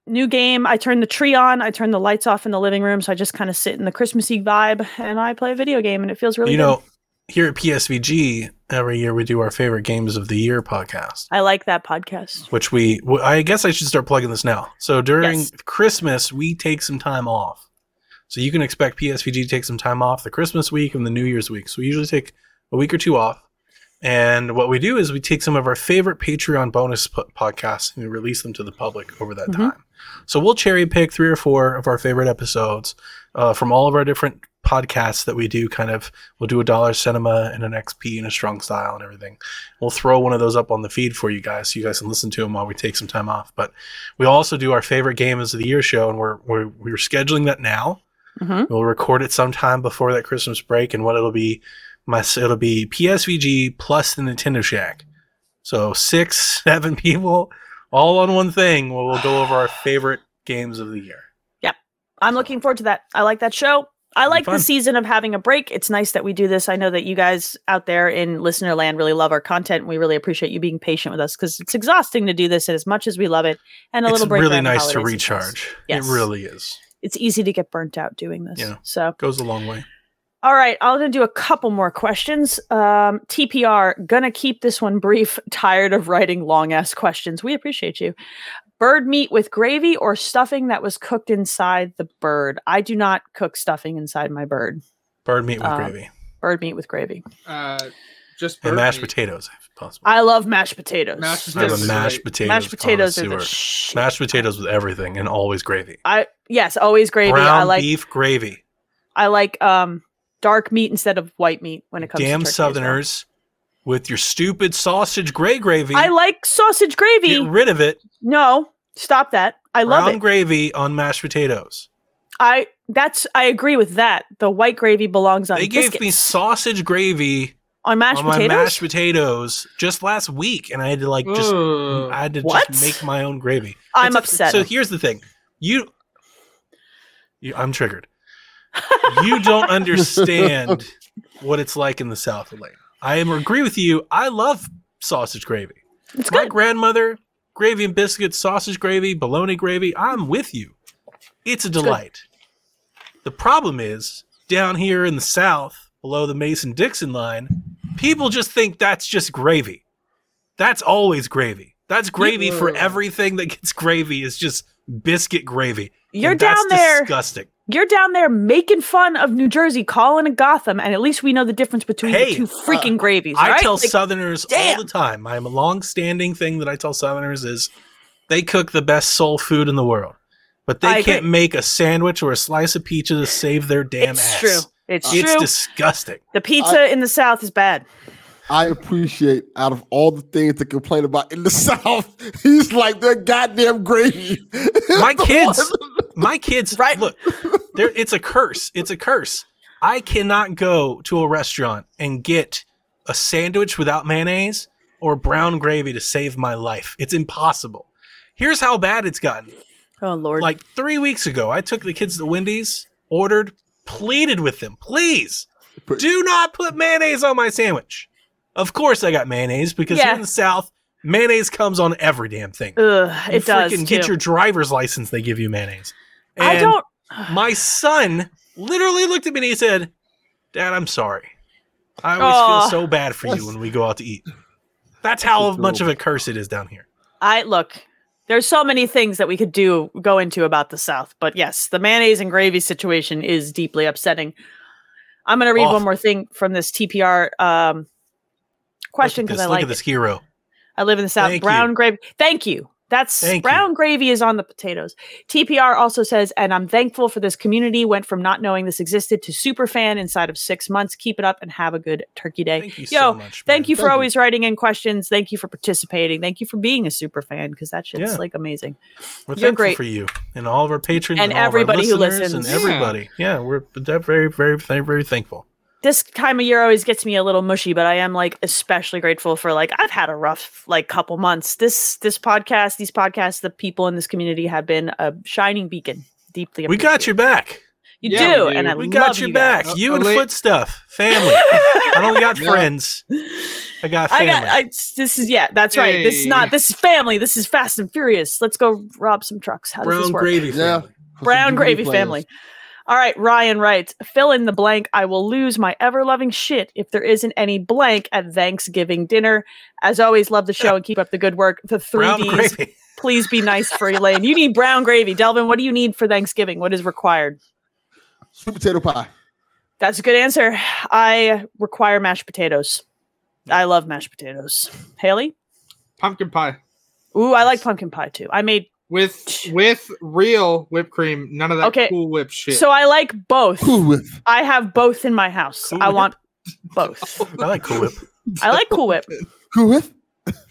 S1: New game. I turn the tree on. I turn the lights off in the living room, so I just kind of sit in the Christmassy vibe and I play a video game, and it feels really.
S4: you
S1: good.
S4: know, here at PSVG, every year we do our favorite games of the year podcast.
S1: I like that podcast.
S4: which we w- i guess i should start plugging this now so during
S1: Yes.
S4: christmas we take some time off so you can expect psvg to take some time off the christmas week and the new year's week so we usually take a week or two off and what we do is we take some of our favorite patreon bonus po- podcasts and we release them to the public over that
S1: Mhm.
S4: time so we'll cherry pick three or four of our favorite episodes uh, from all of our different podcasts that we do kind of we'll do a dollar cinema and an xp and a strong style and everything we'll throw one of those up on the feed for you guys so you guys can listen to them while we take some time off but we also do our favorite games of the year show and we're we're, we're scheduling that now
S1: Mhm.
S4: we'll record it sometime before that christmas break and what it'll be my it'll be psvg plus the nintendo shack so six [LAUGHS] seven people all on one thing where we'll go over our favorite games of the year
S1: I'm looking forward to that. I like that show. I
S4: It'll be
S1: like the
S4: fun.
S1: season of having a break. It's nice that we do this. I know that you guys out there in listener land really love our content. We really appreciate you being patient with us because it's exhausting to do this as much as we love it. And a
S4: it's
S1: little break.
S4: really
S1: around the
S4: nice to
S1: holidays is nice.
S4: recharge
S1: Yes.
S4: it really is
S1: It's easy to get burnt out doing this.
S4: Yeah.
S1: So
S4: goes a long way
S1: All right, I'm gonna do a couple more questions. Um, TPR, gonna keep this one brief. [LAUGHS] Tired of writing long ass questions. We appreciate you. Bird meat with gravy or stuffing that was cooked inside the bird. I do not cook stuffing inside my bird.
S4: Bird meat with
S1: Um,
S4: gravy
S1: Bird meat with gravy.
S3: Uh, just
S4: and mashed
S3: burpees.
S4: potatoes, if possible.
S1: I love mashed potatoes.
S3: Mashed
S1: Just-
S4: I, am a
S3: potatoes.
S4: mashed potatoes.
S1: mashed potatoes are the
S4: connoisseur.
S1: shit.
S4: mashed potatoes with everything and always gravy.
S1: I yes, always gravy.
S4: Brown
S1: I like
S4: beef gravy.
S1: I like um dark meat instead of white meat when it comes
S4: Damn
S1: to turkey as well.
S4: Southerners with your stupid sausage gray gravy.
S1: I like sausage gravy.
S4: Get rid of it.
S1: no, stop that. I love
S4: Brown
S1: it.
S4: gravy on mashed potatoes.
S1: I that's I agree with that. The white gravy belongs on
S4: they gave me
S1: biscuits.
S4: sausage gravy
S1: on mashed
S4: on my
S1: potatoes.
S4: mashed potatoes just last week, and I had to like just
S3: Ugh.
S4: I had to
S1: What?
S4: just make my own gravy.
S1: I'm
S4: It's a-
S1: upset.
S4: So here's the thing, you, you I'm triggered. You
S1: [LAUGHS]
S4: don't understand what it's like in the South, Elaine. I am agree with you. I love sausage gravy.
S1: it's
S4: My
S1: good.
S4: grandmother, gravy and biscuits, sausage gravy, bologna gravy. I'm with you. It's a delight. The problem is down here in the South, below the Mason Dixon line, people just think that's just gravy. That's always gravy. That's gravy for
S3: Ew.
S4: everything that gets gravy is just biscuit gravy.
S1: You're
S4: And
S1: down
S4: that's
S1: there.
S4: Disgusting.
S1: You're down there making fun of New Jersey, calling it Gotham, and at least we know the difference between
S4: Hey, uh,
S1: the two freaking gravies.
S4: I
S1: all right?
S4: tell
S1: Like,
S4: Southerners
S1: damn.
S4: all the time. I'm a long-standing thing that I tell Southerners is they cook the best soul food in the world, but they
S1: I agree.
S4: can't make a sandwich or a slice of pizza to save their damn
S1: it's
S4: ass.
S1: true. It's
S4: It's
S1: true.
S4: disgusting.
S1: the pizza in the South is bad.
S2: I appreciate out of all the things to complain about in the [LAUGHS] South, he's like their goddamn gravy.
S4: My
S2: The
S4: kids,
S2: one-
S4: my kids.
S1: Right.
S4: Look, there. It's a curse. It's a curse. I cannot go to a restaurant and get a sandwich without mayonnaise or brown gravy to save my life. It's impossible. Here's how bad it's gotten.
S1: Oh Lord.
S4: like three weeks ago, I took the kids to Wendy's, ordered, pleaded with them, please
S2: Put-
S4: do not put mayonnaise on my sandwich. Of course, I got mayonnaise because
S1: Yeah.
S4: here in the South, mayonnaise comes on every damn thing.
S1: Ugh,
S4: You
S1: it does.
S4: freaking
S1: too.
S4: get your driver's license, they give you mayonnaise.
S1: I
S4: And
S1: don't.
S4: My son literally looked at me and he said, "Dad, I'm sorry. I always
S1: Aw.
S4: feel so bad for you when we go out to eat." That's how
S2: That's
S4: much of a curse it is down here.
S1: I look. There's so many things that we could do go into about the South, but yes, the mayonnaise and gravy situation is deeply upsetting. I'm going to read
S4: Awful.
S1: one more thing from this TPR um, question
S4: look at
S1: because
S4: this,
S1: I
S4: look
S1: like
S4: at this
S1: it.
S4: hero.
S1: I live in the South.
S4: Thank
S1: brown
S4: you.
S1: gravy. Thank you. That's
S4: Thank you.
S1: brown gravy is on the potatoes. TPR also says, and I'm thankful for this community. Went from not knowing this existed to super fan inside of six months. Keep it up and have a good turkey day.
S4: Thank you
S1: Yo,
S4: so much.
S1: Thank
S4: man.
S1: you for
S2: Thank you.
S1: always writing in questions. Thank you for participating. Thank you for being a super fan because that shit's
S4: Yeah.
S1: like amazing.
S4: We're
S1: You're
S4: thankful
S1: great.
S4: for you and all of our patrons
S1: And
S4: and, all of our
S1: everybody who
S4: listeners
S1: listens.
S4: and everybody. Yeah, we're de- very, very, very, very thankful.
S1: This time of year always gets me a little mushy, but I am like especially grateful for like I've had a rough like couple months. This this podcast, these podcasts, the people in this community have been a shining beacon. Deeply,
S4: We got your
S1: appreciated.
S4: back.
S1: You
S3: Yeah,
S1: do,
S3: we do.
S1: and I
S4: We
S1: love
S4: got your
S1: you guys.
S4: back.
S3: guys.
S4: You and
S3: Elite.
S4: Foot Stuff family. I don't [LAUGHS] got
S3: Yeah.
S4: friends. I got
S1: [LAUGHS] I
S4: family.
S1: got. I, this is yeah. That's right. This is
S3: Hey.
S1: not. This is family. This is Fast and Furious. Let's go rob some trucks. How does
S4: Brown
S1: this work?
S4: gravy.
S2: Yeah.
S4: Family.
S1: [LAUGHS] Brown gravy family. All right, Ryan writes, fill in the blank. I will lose my ever loving shit if there isn't any blank at Thanksgiving dinner. As always, love the show and keep up the good work. The three
S4: Brown
S1: Ds.
S4: gravy.
S1: [LAUGHS] Please be nice for Elaine. You need brown gravy. Delvin, what do you need for Thanksgiving? What is required?
S2: Sweet potato pie.
S1: That's a good answer. I require mashed potatoes. I love mashed potatoes. Haley?
S3: pumpkin pie
S1: Ooh, I like pumpkin pie too. I made
S3: with with real whipped cream. None of that
S1: Okay,
S3: cool whip shit.
S1: so I like both.
S2: Cool with.
S1: I have both in my house.
S4: Cool
S1: I
S4: Whip. [LAUGHS]
S1: want both.
S4: I
S1: [LAUGHS]
S4: like Cool Whip.
S1: I like Cool Whip.
S2: Cool with.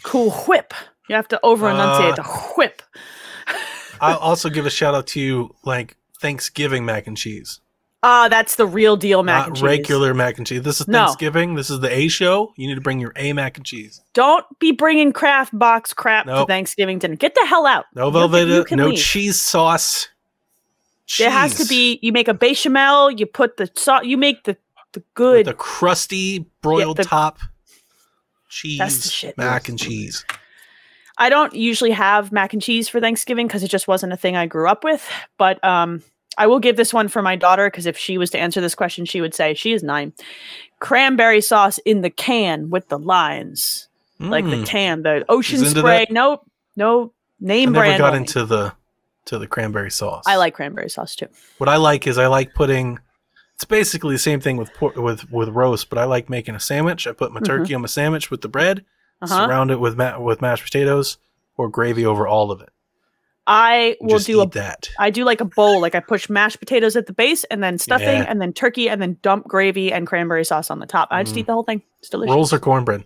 S1: Cool whip. You have to over enunciate the
S4: Uh,
S1: whip.
S4: I'll also give a shout out to like Thanksgiving mac and cheese,
S1: Ah, that's the real deal mac
S4: not
S1: and cheese.
S4: regular mac and cheese. This is
S1: No.
S4: Thanksgiving. This is the A show. You need to bring your A mac and cheese.
S1: Don't be bringing craft box crap to
S4: Nope.
S1: Thanksgiving dinner. Get the hell out.
S4: No
S1: You can- you
S4: Velveeta,
S1: can
S4: no
S1: leave.
S4: cheese sauce.
S1: There has to
S4: Cheese.
S1: be. You make a bechamel. You put the salt. You make the the
S4: with
S1: good.
S4: the crusty broiled
S1: the-
S4: top
S1: That's the
S4: cheese
S1: shit.
S4: mac and cheese
S1: I don't usually have mac and cheese for Thanksgiving because it just wasn't a thing I grew up with. But um, I will give this one for my daughter because if she was to answer this question, she would say she is nine. Cranberry sauce in the can with the lines, like the
S4: Mm.
S1: can, the ocean
S4: She's into
S1: spray.
S4: that?
S1: Nope, no
S4: I
S1: name
S4: never
S1: brand.
S4: got
S1: only.
S4: into the to the cranberry sauce.
S1: I like cranberry sauce too.
S4: what I like is I like putting. It's basically the same thing with por- with with roast, but I like making a sandwich. I put my
S1: Mhm.
S4: turkey on my sandwich with the bread,
S1: Uh huh.
S4: surround it with ma- with mashed potatoes or gravy over all of it.
S1: I
S4: and
S1: will
S4: just
S1: do
S4: eat
S1: a
S4: that.
S1: I do like a bowl. Like I push mashed potatoes at the base and then stuffing
S4: Yeah.
S1: and then turkey and then dump gravy and cranberry sauce on the top. I just
S4: Mm.
S1: eat the whole thing. It's delicious.
S4: Rolls or cornbread.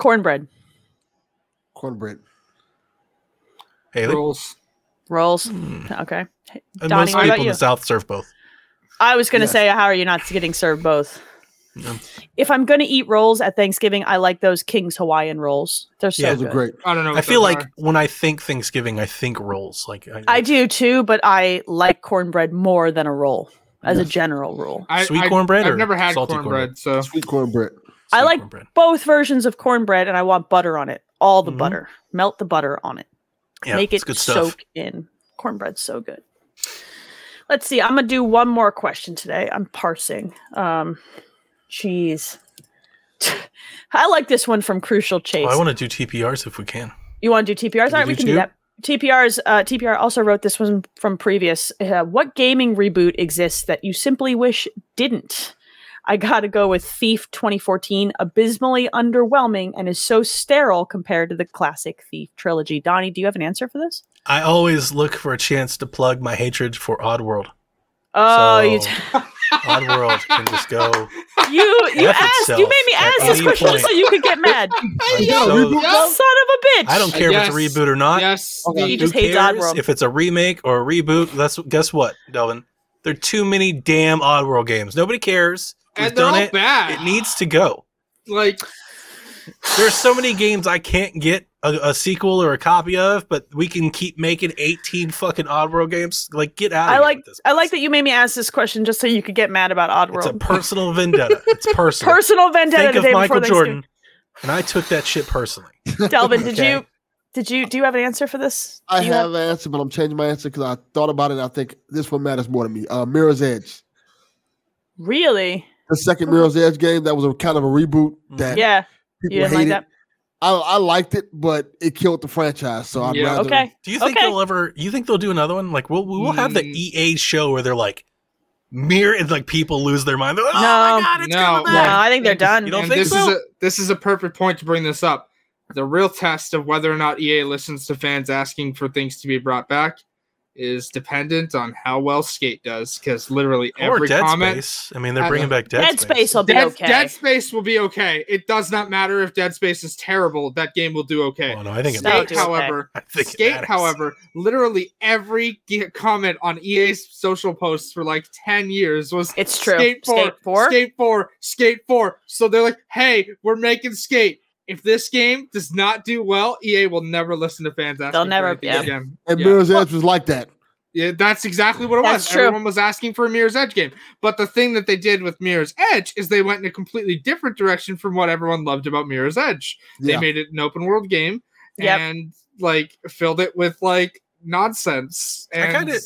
S1: Cornbread.
S2: Cornbread.
S4: Haley,
S3: Rolls.
S1: Rolls.
S4: Mm.
S1: Okay.
S4: And
S1: Donnie,
S4: most
S1: what about
S4: people in
S1: you?
S4: the South serve both.
S1: I was going to
S2: Yes.
S1: say, how are you not getting served both?
S4: No.
S1: If I'm going to eat rolls at Thanksgiving, I like those King's Hawaiian rolls. They're so
S4: Yeah.
S2: Those
S1: good.
S2: are great.
S3: I don't know.
S4: I
S3: what
S4: feel
S3: those
S4: like
S3: are.
S4: when I think Thanksgiving, I think rolls. Like I,
S1: I do too, but I like cornbread more than a roll as a general rule.
S3: I,
S4: sweet
S3: I,
S4: cornbread.
S3: I've
S4: or
S3: never had
S4: salty
S3: cornbread, so
S2: Sweet cornbread.
S1: I
S4: Sweet
S1: like-
S4: cornbread.
S1: Both versions of cornbread, and I want butter on it. All the
S4: Mhm.
S1: butter. Melt the butter on it.
S4: Yeah,
S1: Make
S4: it's
S1: it
S4: good stuff.
S1: soak in. Cornbread's so good. Let's see. I'm gonna do one more question today. I'm parsing. Um, jeez. [LAUGHS] I like this one from Crucial Chase.
S4: Oh, I want to do TPRs if we can.
S1: You want to do TPRs?
S4: Can
S1: All right,
S4: we
S1: we
S4: do
S1: can do
S4: two?
S1: that. TPRs. Uh, TPR also wrote this one from previous. Uh, what gaming reboot exists that you simply wish didn't? I gotta go with Thief 2014. Abysmally underwhelming and is so sterile compared to the classic Thief trilogy. Donnie, do you have an answer for this?
S4: I always look for a chance to plug my hatred for Oddworld.
S1: Oh,
S4: so
S1: you, t-
S4: Oddworld can
S1: [LAUGHS]
S4: just go.
S1: you you
S4: F
S1: asked. You
S4: itself
S1: made me
S4: at
S1: ask this
S4: any
S1: question
S4: point.
S1: so you could get mad.
S4: I'm
S3: Yeah,
S4: so-
S2: reboot
S1: Son
S3: yeah.
S1: of a bitch.
S4: I
S3: [LAUGHS]
S4: don't care if
S3: Yes.
S4: it's a reboot or not.
S3: yes,
S2: Okay.
S1: He
S4: Who
S3: the-
S1: just hates
S4: cares
S1: Oddworld.
S4: If it's a remake or a reboot, that's guess what, Delvin? There are too many damn Oddworld games. Nobody cares. We've
S3: and they're all
S4: done it.
S3: bad.
S4: It needs to go.
S3: like
S4: There's so many games I can't get a, a sequel or a copy of, but we can keep making 18 fucking Oddworld games. Like, get out. Of
S1: I
S4: here
S1: like
S4: with this.
S1: I like that you made me ask this question just so you could get mad about
S4: It's a
S1: Oddworld. [LAUGHS]
S4: personal vendetta. It's personal.
S1: Personal vendetta
S4: Think
S1: the
S4: of
S1: day
S4: Michael
S1: before Thanksgiving.
S4: Jordan, and I took that shit personally.
S1: [LAUGHS] Delvin, did
S4: Okay.
S1: you did you do you have an answer for this?
S2: I
S1: Do you
S2: have an answer, but I'm changing my answer because I thought about it. and I think this one matters more to me. Uh, Mirror's Edge.
S1: really?
S2: The second Mirror's Edge game that was a kind of a reboot
S3: Mm-hmm.
S2: that
S1: Uh-huh. Yeah,
S2: people
S1: you didn't like
S2: hated.
S1: that.
S2: I, I liked it, but it killed the franchise. So I'd
S3: Yeah.
S2: rather
S1: Okay,
S4: Do you think
S1: Okay.
S4: they'll ever? You think they'll do another one? Like we'll we'll have the
S3: Mm.
S4: EA show where they're like mirror and like people lose their mind. They're like, oh
S1: No.
S4: my god, it's
S3: No.
S4: coming
S1: no,
S4: back.
S1: I think they're
S3: And this-
S1: done.
S4: You don't
S3: and
S4: think
S3: this
S4: so?
S3: is a this is a perfect point to bring this up. The real test of whether or not EA listens to fans asking for things to be brought back is dependent on how well Skate does, because literally
S4: Or
S3: every
S4: Dead
S3: comment.
S4: Space. I mean, they're
S3: I-
S4: bringing back Dead,
S1: Dead Space will be
S3: Dead,
S1: okay.
S3: Dead Space will be okay. It does not matter if Dead Space is terrible. That game will do okay.
S4: Oh no, I think it.
S1: That'll
S3: Skate,
S4: Matters.
S1: do okay.
S3: however,
S4: I
S2: [LAUGHS]
S4: think it
S3: Skate,
S4: matters.
S3: however, literally every ge- comment on EA's social posts for like 10 years was
S1: it's true.
S3: Skate 4, skate 4, skate 4, So they're like, hey, we're making skate. If this game does not do well, EA will never listen to fans asking
S1: They'll
S3: for
S1: never-
S3: anything
S1: yeah.
S3: again.
S2: And
S3: Yeah.
S2: Mirror's Edge was like that.
S3: Yeah, that's exactly what it
S1: That's
S3: was.
S1: true.
S3: Everyone was asking for a Mirror's Edge game. But the thing that they did with Mirror's Edge is they went in a completely different direction from what everyone loved about Mirror's Edge. They
S2: Yeah.
S3: made it an open world game
S1: Yep.
S3: and like filled it with like nonsense.
S4: I
S3: And
S4: kinda-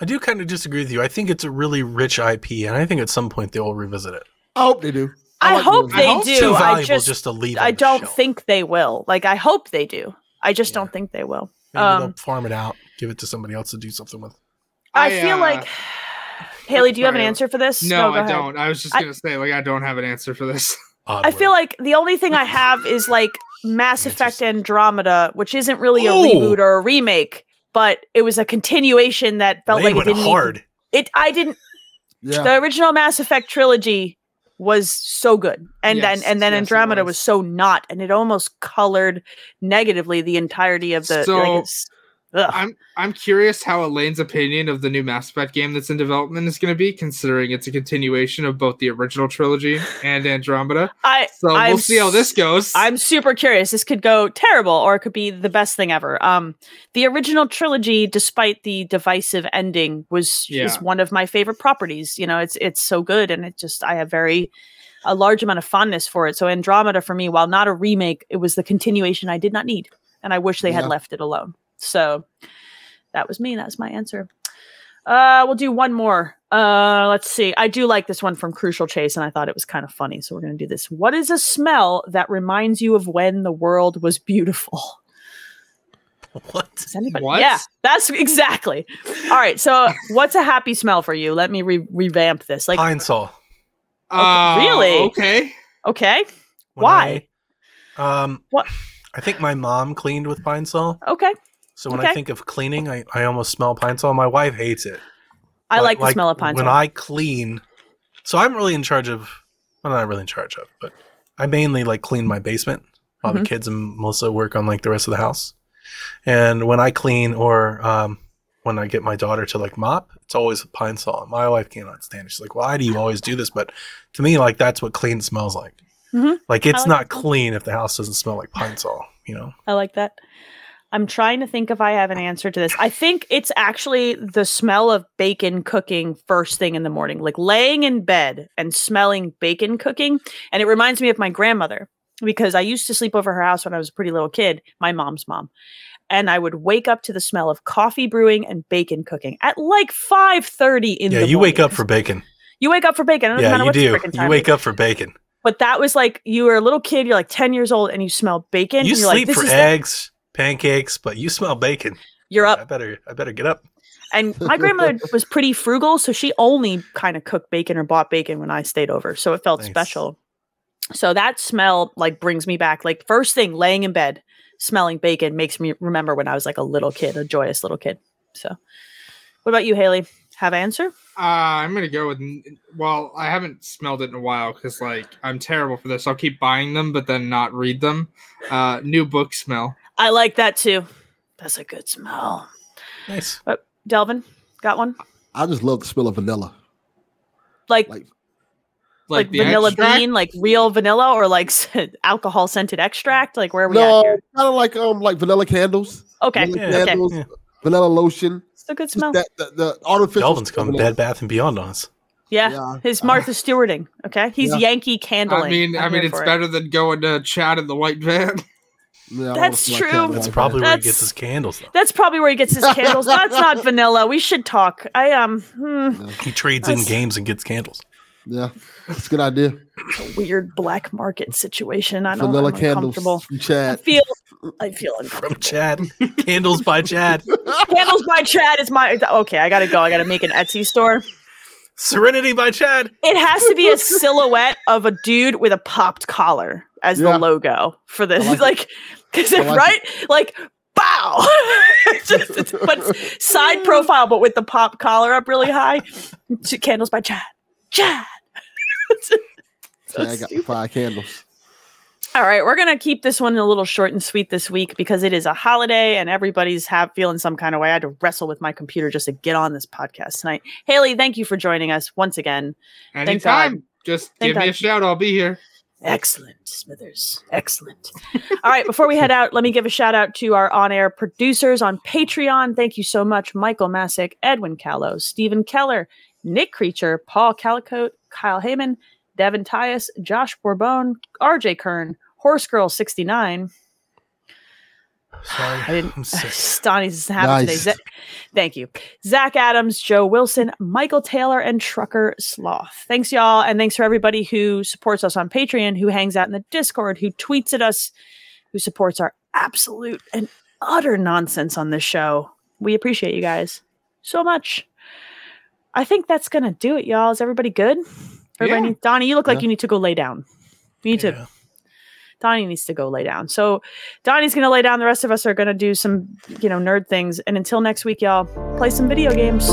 S4: I do kind of disagree with you. I think it's a really rich IP, and I think at some point they will revisit it.
S2: I hope they do.
S1: I,
S2: like
S1: hope
S2: Mirror's
S1: they
S2: Edge.
S4: It's
S1: do.
S4: Too
S1: I
S4: valuable
S1: just,
S4: just to leave.
S1: I
S4: on the
S1: don't
S4: shelf.
S1: think they will. Like I hope they do. I just
S4: Yeah.
S1: don't think they will.
S4: Maybe
S1: um,
S4: they'll farm it out, give it to somebody else to do something with.
S1: I,
S3: I,
S1: feel
S3: uh,
S1: like [SIGHS] Haley, do you have an
S3: sorry.
S1: answer for this?
S3: No,
S1: go
S3: I
S1: ahead.
S3: don't. I was just
S1: I-
S3: gonna say, like, I don't have an answer for this.
S1: I feel like the only thing I have is like Mass
S4: Interesting.
S1: Effect Andromeda, which isn't really a
S4: Oh.
S1: reboot or a remake, but it was a continuation that felt
S4: they
S1: like
S4: went
S1: it didn't need-
S4: hard.
S1: it I didn't
S2: Yeah.
S1: the original Mass Effect trilogy was so good, and
S3: Yes,
S1: then and then
S3: yes, it
S1: Andromeda was.
S3: was.
S1: so not, and it almost colored negatively the entirety of the.
S3: So,
S1: like, it's- ugh.
S3: I'm I'm curious how Elaine's opinion of the new Mass Effect game that's in development is going to be, considering it's a continuation of both the original trilogy and Andromeda.
S1: I
S3: So
S1: I'm
S3: we'll see how this goes.
S1: I'm super curious. This could go terrible or it could be the best thing ever. Um, the original trilogy, despite the divisive ending, was
S3: Yeah.
S1: is one of my favorite properties. You know, it's it's so good, and it just I have very a large amount of fondness for it. So Andromeda for me, while not a remake, it was the continuation I did not need, and I wish they had
S2: Yeah.
S1: left it alone. So that was me. That's my answer. Uh, we'll do one more. Uh, let's see. I do like this one from Crucial Chase, and I thought it was kind of funny, so we're gonna do this. What is a smell that reminds you of when the world was beautiful? [LAUGHS]
S4: What?
S1: Does anybody?
S3: What?
S1: Yeah, that's exactly. All right. So, what's a happy smell for you? Let me re- revamp this. Like,
S4: Pine saw.
S3: Uh,
S1: really?
S3: Okay.
S1: okay,
S4: When
S1: Why?
S4: I- um,
S1: What?
S4: I think my mom cleaned with Pine Sol.
S1: okay.
S4: So when I
S1: Okay.
S4: think of cleaning, I, I almost smell Pine Sol. My wife hates it.
S1: I
S4: But,
S1: like, the smell of pine
S4: When
S1: sol.
S4: I clean, so I'm really in charge of. Well, not really in charge of, but I mainly like clean my basement while
S1: Mhm.
S4: the kids and Melissa work on like the rest of the house. And when I clean or um, when I get my daughter to like mop, it's always Pine Sol. My wife cannot stand it. She's like, "Why do you always do this?" But to me, like that's what clean smells like.
S1: Mhm.
S4: Like it's
S1: like
S4: not
S1: that.
S4: clean if the house doesn't smell like Pine Sol. You know,
S1: I like that. I'm trying to think if I have an answer to this. I think it's actually the smell of bacon cooking first thing in the morning, like laying in bed and smelling bacon cooking. And it reminds me of my grandmother because I used to sleep over her house when I was a pretty little kid, my mom's mom. And I would wake up to the smell of coffee brewing and bacon cooking at like 5:30 in
S4: yeah.
S1: the
S4: You wake
S1: morning,
S4: up for
S1: 'cause
S4: bacon.
S1: you wake up for bacon. It doesn't
S4: Yeah,
S1: matter
S4: you
S1: what the
S4: do.
S1: frickin' time
S4: You
S1: it
S4: wake up for bacon.
S1: but that was like you were a little kid, you're like 10 years old, and you smell bacon.
S4: You
S1: and you're like,
S4: sleep
S1: this
S4: for e-
S1: is the-
S4: eggs, pancakes, but you smell bacon.
S1: you're
S4: I
S1: up.
S4: better I better get up.
S1: And my
S2: [LAUGHS]
S1: grandmother was pretty frugal, so she only kind of cooked bacon or bought bacon when I stayed over. So it felt
S4: Nice.
S1: special. So that smell like brings me back. Like first thing, laying in bed, smelling bacon makes me remember when I was like a little kid, a joyous little kid. So what about you, Haley? Have answer?
S3: Uh, I'm gonna go with. n- Well, I haven't smelled it in a while because, like, I'm terrible for this. I'll keep buying them, but then not read them. Uh, new book smell.
S1: I like that too. That's a good smell.
S4: Nice.
S1: Delvin, got one?
S2: I just love the smell of vanilla.
S1: Like
S2: Like
S1: like,
S3: the
S1: vanilla
S3: extract?
S1: bean, like real vanilla, or like [LAUGHS] alcohol scented extract? Like where are we
S2: no,
S1: at here?
S2: kind of like um like vanilla candles.
S1: Okay,
S2: Vanilla
S4: Yeah.
S1: okay,
S2: candles,
S4: Yeah.
S2: vanilla lotion.
S1: it's a good
S2: Just
S1: smell.
S2: that the, the artificial.
S4: Delvin's
S2: smell
S4: coming
S2: of
S4: Bed Bath and Beyond on us.
S1: Yeah,
S2: Yeah.
S1: his Martha Stewarting. Okay, he's
S2: Uh, Yeah.
S1: Yankee candling.
S3: I mean,
S1: I'm
S3: I mean,
S1: here
S3: it's
S1: for it.
S3: better than going to Chad in the white van. [LAUGHS]
S2: vanilla. Yeah, I wanna
S1: That's
S2: smell
S1: true.
S2: candles
S4: That's
S2: like
S4: probably where he
S1: That's-
S4: gets his candles though.
S1: That's probably where he
S2: [LAUGHS]
S1: gets his candles. That's not vanilla. We should talk. I um, hmm,
S4: He trades in
S1: That's-
S4: games and gets candles.
S2: that. Yeah, that's a good idea.
S1: weird black market situation. I don't.
S2: Vanilla
S1: I'm
S2: candles
S1: uncomfortable.
S2: from
S1: I
S2: Chad.
S1: feel. I feel uncomfortable. [LAUGHS]
S4: From Chad. candles by Chad.
S1: Candles by Chad is my okay. I gotta go. I gotta make an Etsy store.
S4: Serenity by Chad.
S1: It has to
S2: [LAUGHS]
S1: be a silhouette of a dude with a popped collar as
S2: Yeah.
S1: the logo for this.
S2: I like it.
S1: like, because
S2: I like
S1: right, like bow, [LAUGHS] It's just it's, but it's
S2: [LAUGHS]
S1: side profile, but with the pop collar up really high. Ch- Candles by Chad. Chad. So
S2: Chad got five candles.
S1: All right, we're gonna keep this one a little short and sweet this week because it is a holiday and everybody's have feeling some kind of way. I had to wrestle with my computer just to get on this podcast tonight. Haley, thank you for joining us once again. God.
S3: Anytime, just
S1: Thank
S3: give me a
S1: God.
S3: shout. I'll be here.
S1: Excellent, Smithers. Excellent. All right, before we head out, let me give a shout out to our on air producers on Patreon. Thank you so much, Michael Masick, Edwin Callow, Stephen Keller, Nick Creature, Paul Calicote, Kyle Heyman, Devin Tyus, Josh Bourbon, RJ Kern, Horse Girl 69. [LAUGHS]
S4: Sorry.
S1: I didn't.
S4: I'm sick.
S1: Stoney's happy
S2: Nice.
S1: today. Za- Thank you. Zach Adams, Joe Wilson, Michael Taylor, and Trucker Sloth. Thanks, y'all. And thanks for everybody who supports us on Patreon, who hangs out in the Discord, who tweets at us, who supports our absolute and utter nonsense on this show. We appreciate you guys so much. I think that's going to do it, y'all. Is everybody good? Everybody
S3: Yeah.
S1: need- Donnie, you look like
S2: Yeah.
S1: you need to go lay down. You need to
S4: Yeah.
S1: Donnie needs to go lay down. So Donnie's going to lay down. The rest of us are going to do some, you know, nerd things. And until next week, y'all, play some video games.